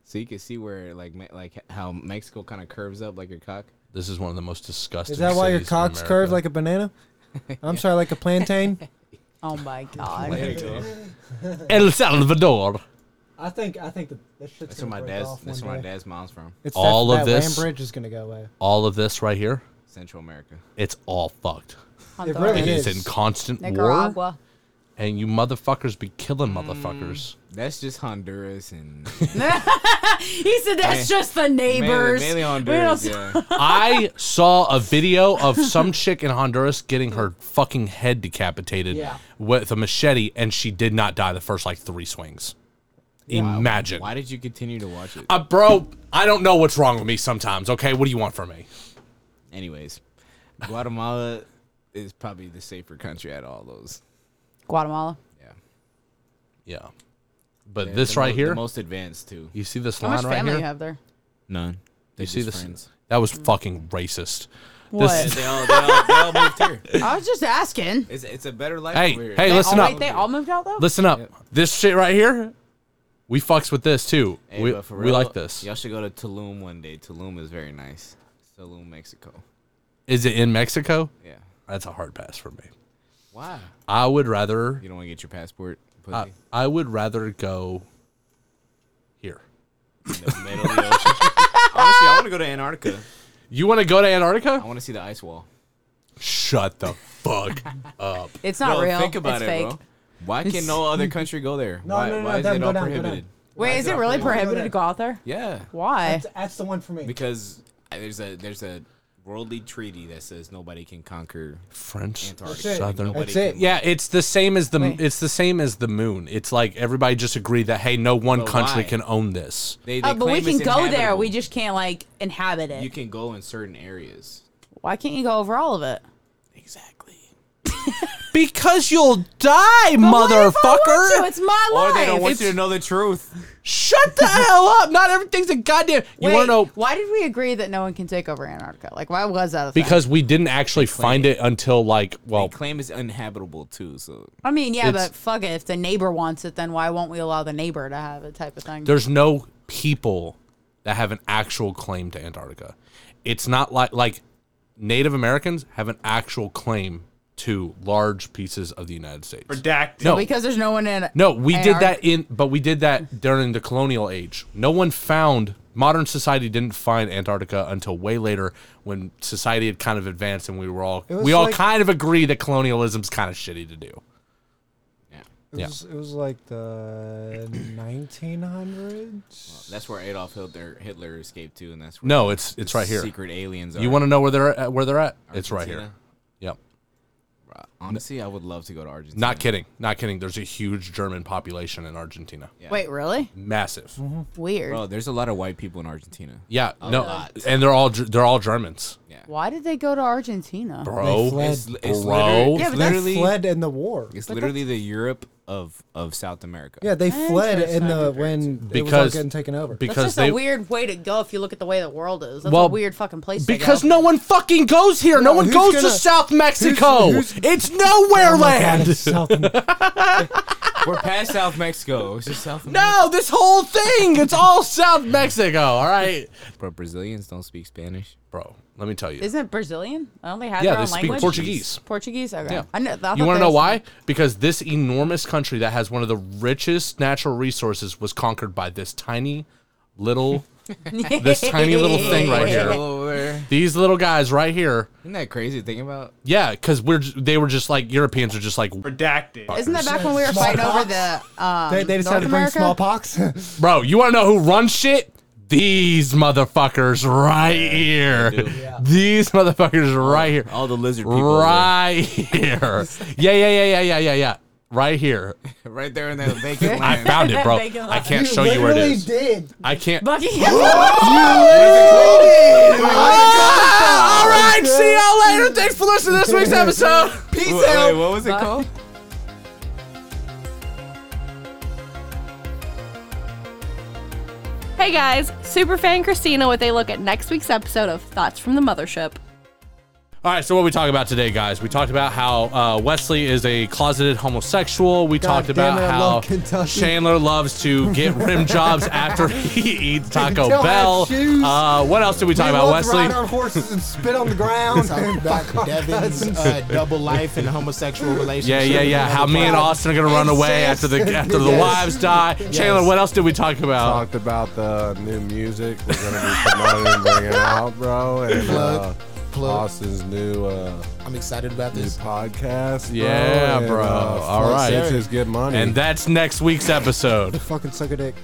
[SPEAKER 10] So you can see where, like, me- like how Mexico kind of curves up like your cock.
[SPEAKER 5] <laughs> This is one of the most disgusting.
[SPEAKER 8] Is that why your
[SPEAKER 5] cities in
[SPEAKER 8] cock's
[SPEAKER 5] America.
[SPEAKER 8] curved like a
[SPEAKER 10] <laughs>
[SPEAKER 8] banana? I'm sorry, like a plantain.
[SPEAKER 2] Oh my god.
[SPEAKER 10] There you go.
[SPEAKER 5] El Salvador?
[SPEAKER 8] I think I think that, that shit's
[SPEAKER 10] That's
[SPEAKER 8] gonna
[SPEAKER 10] where my
[SPEAKER 8] break
[SPEAKER 10] dad's.
[SPEAKER 8] off
[SPEAKER 10] That's
[SPEAKER 8] one
[SPEAKER 10] where my
[SPEAKER 8] day.
[SPEAKER 10] dad's mom's from.
[SPEAKER 8] It's
[SPEAKER 5] All
[SPEAKER 8] that,
[SPEAKER 5] of
[SPEAKER 8] that
[SPEAKER 5] this-
[SPEAKER 8] land bridge is gonna go away.
[SPEAKER 5] All of this right here,
[SPEAKER 10] Central America.
[SPEAKER 5] it's all fucked.
[SPEAKER 8] It really
[SPEAKER 5] It is
[SPEAKER 8] is.
[SPEAKER 5] in constant war,
[SPEAKER 2] Nicaragua.
[SPEAKER 5] and you motherfuckers be killing motherfuckers.
[SPEAKER 10] That's just Honduras and
[SPEAKER 2] He said that's
[SPEAKER 10] Man-
[SPEAKER 2] just the neighbors.
[SPEAKER 10] Mainly, mainly
[SPEAKER 2] We don't
[SPEAKER 10] Honduras.
[SPEAKER 2] see-
[SPEAKER 10] Yeah.
[SPEAKER 5] I saw a video of some chick in Honduras getting her fucking head decapitated
[SPEAKER 8] Yeah.
[SPEAKER 5] with a machete, and she did not die the first like three swings. Imagine.
[SPEAKER 10] Why did you continue to watch it?
[SPEAKER 5] Uh, bro, I don't know what's wrong with me sometimes, okay? What do you want from me?
[SPEAKER 10] Anyways, Guatemala is probably the safer country out of all those.
[SPEAKER 2] Guatemala.
[SPEAKER 10] Yeah.
[SPEAKER 5] Yeah. But
[SPEAKER 10] They're
[SPEAKER 5] this
[SPEAKER 10] the
[SPEAKER 5] right
[SPEAKER 10] mo-
[SPEAKER 5] here,
[SPEAKER 10] the most advanced too.
[SPEAKER 5] you see this
[SPEAKER 2] How
[SPEAKER 5] line
[SPEAKER 2] much
[SPEAKER 5] right
[SPEAKER 2] family
[SPEAKER 5] here?
[SPEAKER 2] you have there?
[SPEAKER 10] None. They
[SPEAKER 5] You see
[SPEAKER 10] just
[SPEAKER 5] this?
[SPEAKER 10] friends.
[SPEAKER 5] That was fucking racist.
[SPEAKER 2] What?
[SPEAKER 5] This,
[SPEAKER 10] They all, they all, they all moved
[SPEAKER 5] <laughs>
[SPEAKER 2] <laughs>
[SPEAKER 10] here.
[SPEAKER 2] I was just asking.
[SPEAKER 10] It's, it's a better life
[SPEAKER 5] Hey,
[SPEAKER 10] over here.
[SPEAKER 5] hey,
[SPEAKER 2] They
[SPEAKER 5] listen
[SPEAKER 2] all,
[SPEAKER 5] up.
[SPEAKER 2] Oh, wait, they all moved out though?
[SPEAKER 5] listen up. This shit right here, we fucks with this too.
[SPEAKER 10] Hey,
[SPEAKER 5] we,
[SPEAKER 10] but for
[SPEAKER 5] we
[SPEAKER 10] real,
[SPEAKER 5] like this.
[SPEAKER 10] Y'all should go to Tulum one day. Tulum is very nice. Tulum, Mexico.
[SPEAKER 5] Is it in Mexico?
[SPEAKER 10] Yeah.
[SPEAKER 5] That's a hard pass for me.
[SPEAKER 10] Why?
[SPEAKER 5] I would rather
[SPEAKER 10] You don't want to get your passport pussy
[SPEAKER 5] I, I would rather go here.
[SPEAKER 10] in the middle of the ocean. <laughs> Honestly, I want to go to Antarctica.
[SPEAKER 5] You want to go to
[SPEAKER 10] I
[SPEAKER 5] Antarctica?
[SPEAKER 10] want to see the ice wall.
[SPEAKER 5] Shut the fuck up.
[SPEAKER 2] It's not
[SPEAKER 10] Bro,
[SPEAKER 2] real.
[SPEAKER 10] Think about
[SPEAKER 2] it's
[SPEAKER 10] it,
[SPEAKER 2] fake.
[SPEAKER 10] bro. Why can no
[SPEAKER 5] <laughs>
[SPEAKER 10] other country go there?
[SPEAKER 8] No,
[SPEAKER 10] why
[SPEAKER 8] no, no,
[SPEAKER 10] why is
[SPEAKER 8] them,
[SPEAKER 10] it
[SPEAKER 8] go
[SPEAKER 10] all
[SPEAKER 8] down, go down.
[SPEAKER 10] prohibited?
[SPEAKER 2] Wait, is it
[SPEAKER 10] not
[SPEAKER 2] really
[SPEAKER 10] real?
[SPEAKER 2] prohibited to go out there?
[SPEAKER 10] Yeah,
[SPEAKER 2] Why? Uh,
[SPEAKER 8] That's, that's the one for me.
[SPEAKER 10] because uh, there's a there's a worldly treaty that says nobody can conquer
[SPEAKER 5] French
[SPEAKER 10] Antarctica.
[SPEAKER 8] it.
[SPEAKER 5] Southern.
[SPEAKER 10] Nobody
[SPEAKER 8] That's it.
[SPEAKER 10] can-
[SPEAKER 5] Yeah, it's the same as the
[SPEAKER 2] Wait.
[SPEAKER 5] it's the same as the moon. It's like everybody just agreed that hey, no one
[SPEAKER 10] But
[SPEAKER 5] country
[SPEAKER 10] why?
[SPEAKER 5] can own this.
[SPEAKER 10] They, they
[SPEAKER 2] Oh, but we
[SPEAKER 10] claim
[SPEAKER 2] can
[SPEAKER 10] it's
[SPEAKER 2] go there. We
[SPEAKER 10] inhabitable.
[SPEAKER 2] just can't like inhabit it.
[SPEAKER 10] you can go in certain areas.
[SPEAKER 2] Why can't you go over all of it?
[SPEAKER 10] Exactly.
[SPEAKER 5] because you'll die, motherfucker.
[SPEAKER 13] It's my life.
[SPEAKER 5] It's-
[SPEAKER 10] know the truth.
[SPEAKER 5] Shut the hell up! Not everything's a goddamn. You
[SPEAKER 2] Wait,
[SPEAKER 5] want to know
[SPEAKER 2] why did we agree that no one can take over Antarctica? Like, why was that a thing?
[SPEAKER 5] because we didn't actually find it until like well,
[SPEAKER 10] Claim is uninhabitable too. So
[SPEAKER 2] I mean, yeah,
[SPEAKER 5] It's-
[SPEAKER 2] but fuck it. If the neighbor wants it, then why won't we allow the neighbor to have it type of thing?
[SPEAKER 5] there's no people that have an actual claim to Antarctica. It's not like like Native Americans have an actual claim to large pieces of the United States.
[SPEAKER 3] Redacted.
[SPEAKER 2] So
[SPEAKER 5] No,
[SPEAKER 2] because there's no one in.
[SPEAKER 5] no, we did
[SPEAKER 2] Antarctica-
[SPEAKER 5] that in, but we did that during the colonial age. No one found modern society didn't find Antarctica until way later when society had kind of advanced and we were all
[SPEAKER 8] It was
[SPEAKER 5] we all
[SPEAKER 8] like-
[SPEAKER 5] kind of agree that colonialism's kind of shitty to do.
[SPEAKER 8] It
[SPEAKER 5] Yeah.
[SPEAKER 8] was, it was like the 1900s.
[SPEAKER 10] that's where Adolf Hitler, Hitler escaped to, and that's where
[SPEAKER 5] No, it's it's right here.
[SPEAKER 10] Secret aliens.
[SPEAKER 5] You
[SPEAKER 10] are.
[SPEAKER 5] want to know where they're at, where they're at? It's right here.
[SPEAKER 10] Argentina?
[SPEAKER 5] Yep.
[SPEAKER 10] Honestly, I would love to go to Argentina.
[SPEAKER 5] Not kidding. Not kidding. There's a huge German population in Argentina.
[SPEAKER 2] Wait, really?
[SPEAKER 5] Massive.
[SPEAKER 2] Mm-hmm. Weird.
[SPEAKER 10] Bro, there's a lot of white people in Argentina.
[SPEAKER 5] Yeah.
[SPEAKER 10] A
[SPEAKER 5] no.
[SPEAKER 10] lot.
[SPEAKER 5] And they're all they're all Germans.
[SPEAKER 2] Why did they go to Argentina?
[SPEAKER 5] Bro.
[SPEAKER 8] fled.
[SPEAKER 10] It's, it's
[SPEAKER 5] Bro.
[SPEAKER 2] Yeah,
[SPEAKER 10] literally, it's
[SPEAKER 2] but
[SPEAKER 8] They
[SPEAKER 10] literally,
[SPEAKER 8] fled in the war.
[SPEAKER 10] it's literally the Europe of of South America.
[SPEAKER 8] Yeah, they fled in the when it was all
[SPEAKER 5] Because-
[SPEAKER 8] getting taken over. <laughs>
[SPEAKER 5] because
[SPEAKER 2] That's just
[SPEAKER 5] they-
[SPEAKER 2] a weird way to go if you look at the way the world is. That's a
[SPEAKER 5] Well,
[SPEAKER 2] weird fucking place. to
[SPEAKER 5] Because
[SPEAKER 2] go.
[SPEAKER 5] no one fucking goes here. No,
[SPEAKER 2] No,
[SPEAKER 5] one
[SPEAKER 2] who's
[SPEAKER 5] goes to
[SPEAKER 2] gonna-
[SPEAKER 5] South Mexico.
[SPEAKER 2] who's- Oh
[SPEAKER 5] it's nowhere land.
[SPEAKER 10] <laughs> We're past South Mexico. It's just South.
[SPEAKER 5] no, this whole thing. It's all South Mexico. All right.
[SPEAKER 10] But Brazilians don't speak Spanish, <laughs>
[SPEAKER 5] bro. Let me tell you.
[SPEAKER 2] Isn't it Brazilian? I only have
[SPEAKER 5] Yeah,
[SPEAKER 2] their
[SPEAKER 5] they
[SPEAKER 2] own
[SPEAKER 5] speak
[SPEAKER 2] language.
[SPEAKER 5] Portuguese.
[SPEAKER 2] Portuguese. Okay.
[SPEAKER 5] Yeah.
[SPEAKER 2] I know. I thought
[SPEAKER 5] you want to
[SPEAKER 2] they
[SPEAKER 5] know
[SPEAKER 2] was- <laughs>
[SPEAKER 5] why? Because this enormous country that has one of the richest natural resources was conquered by this tiny little this tiny little thing right here.
[SPEAKER 10] Over.
[SPEAKER 5] These little guys right here.
[SPEAKER 10] Isn't that crazy to think about?
[SPEAKER 5] Yeah, cuz we're j- they were just like Europeans are just like
[SPEAKER 3] redacted.
[SPEAKER 2] Isn't that back when we were fighting over the? Um,
[SPEAKER 8] they, they decided to
[SPEAKER 2] North America?
[SPEAKER 8] bring smallpox.
[SPEAKER 5] Bro, you want to know who runs shit? These motherfuckers right here. <laughs> These motherfuckers right here.
[SPEAKER 10] All the lizard people. over
[SPEAKER 5] Right
[SPEAKER 2] <laughs>
[SPEAKER 5] here. Yeah, yeah, yeah, yeah, yeah, yeah, yeah. Right here.
[SPEAKER 10] there. Right there in that
[SPEAKER 14] <laughs>
[SPEAKER 10] vacant
[SPEAKER 5] I
[SPEAKER 2] <laughs>
[SPEAKER 10] land.
[SPEAKER 5] found it, bro.
[SPEAKER 2] They go-
[SPEAKER 5] I
[SPEAKER 8] <laughs>
[SPEAKER 5] can't show you where it is.
[SPEAKER 8] did.
[SPEAKER 5] I can't. <laughs>
[SPEAKER 9] All right, see y'all later. Thanks for listening to this week's
[SPEAKER 2] <laughs>
[SPEAKER 9] episode.
[SPEAKER 14] <laughs>
[SPEAKER 10] Wait,
[SPEAKER 9] Peace
[SPEAKER 10] wait,
[SPEAKER 9] out.
[SPEAKER 10] what was it called?
[SPEAKER 13] Hey guys, Superfan Christina with a look at next week's episode of Thoughts from the Mothership.
[SPEAKER 5] All right, so what we talking about today, guys? We talked about how uh, Wesley is a closeted homosexual. We talked
[SPEAKER 8] damn
[SPEAKER 5] about
[SPEAKER 8] it, I
[SPEAKER 5] how
[SPEAKER 8] love Kentucky.
[SPEAKER 5] Chandler loves to
[SPEAKER 8] <laughs>
[SPEAKER 5] get rim jobs after he eats Taco
[SPEAKER 8] Don't have
[SPEAKER 5] Bell.
[SPEAKER 8] shoes.
[SPEAKER 5] Uh, what else did we talk about,
[SPEAKER 8] both
[SPEAKER 5] Wesley?
[SPEAKER 8] ride our horses and spit on the ground. <laughs>
[SPEAKER 14] Talking about Devin's
[SPEAKER 10] <laughs>
[SPEAKER 14] uh, double life and homosexual
[SPEAKER 5] Yeah,
[SPEAKER 14] relationship.
[SPEAKER 5] yeah, yeah. How me and Austin are gonna run away after the
[SPEAKER 8] <laughs>
[SPEAKER 5] after the
[SPEAKER 14] Yes.
[SPEAKER 5] wives die. Chandler, what else did we talk
[SPEAKER 15] <laughs>
[SPEAKER 5] about?
[SPEAKER 15] Talked about the new music we're gonna be promoting and bringing out, bro. And
[SPEAKER 14] Plug,
[SPEAKER 15] uh,
[SPEAKER 14] plug.
[SPEAKER 15] Austin's new uh,
[SPEAKER 14] I'm excited about
[SPEAKER 15] new
[SPEAKER 14] this.
[SPEAKER 15] podcast.
[SPEAKER 5] Yeah,
[SPEAKER 15] and,
[SPEAKER 5] bro.
[SPEAKER 15] uh,
[SPEAKER 5] All
[SPEAKER 15] fuck,
[SPEAKER 5] right.
[SPEAKER 15] it's just good money.
[SPEAKER 5] And that's next week's episode.
[SPEAKER 8] Fucking suck a dick.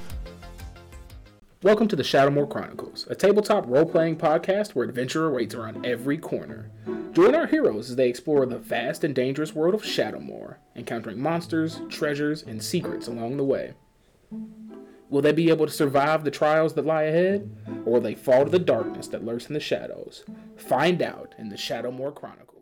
[SPEAKER 16] Welcome to the Shadowmoor Chronicles, a tabletop role playing podcast where adventure awaits around every corner. Join our heroes as they explore the vast and dangerous world of Shadowmoor, encountering monsters, treasures, and secrets along the way. Will they be able to survive the trials that lie ahead, or will they fall to the darkness that lurks in the shadows? Find out in the Shadowmoor Chronicles.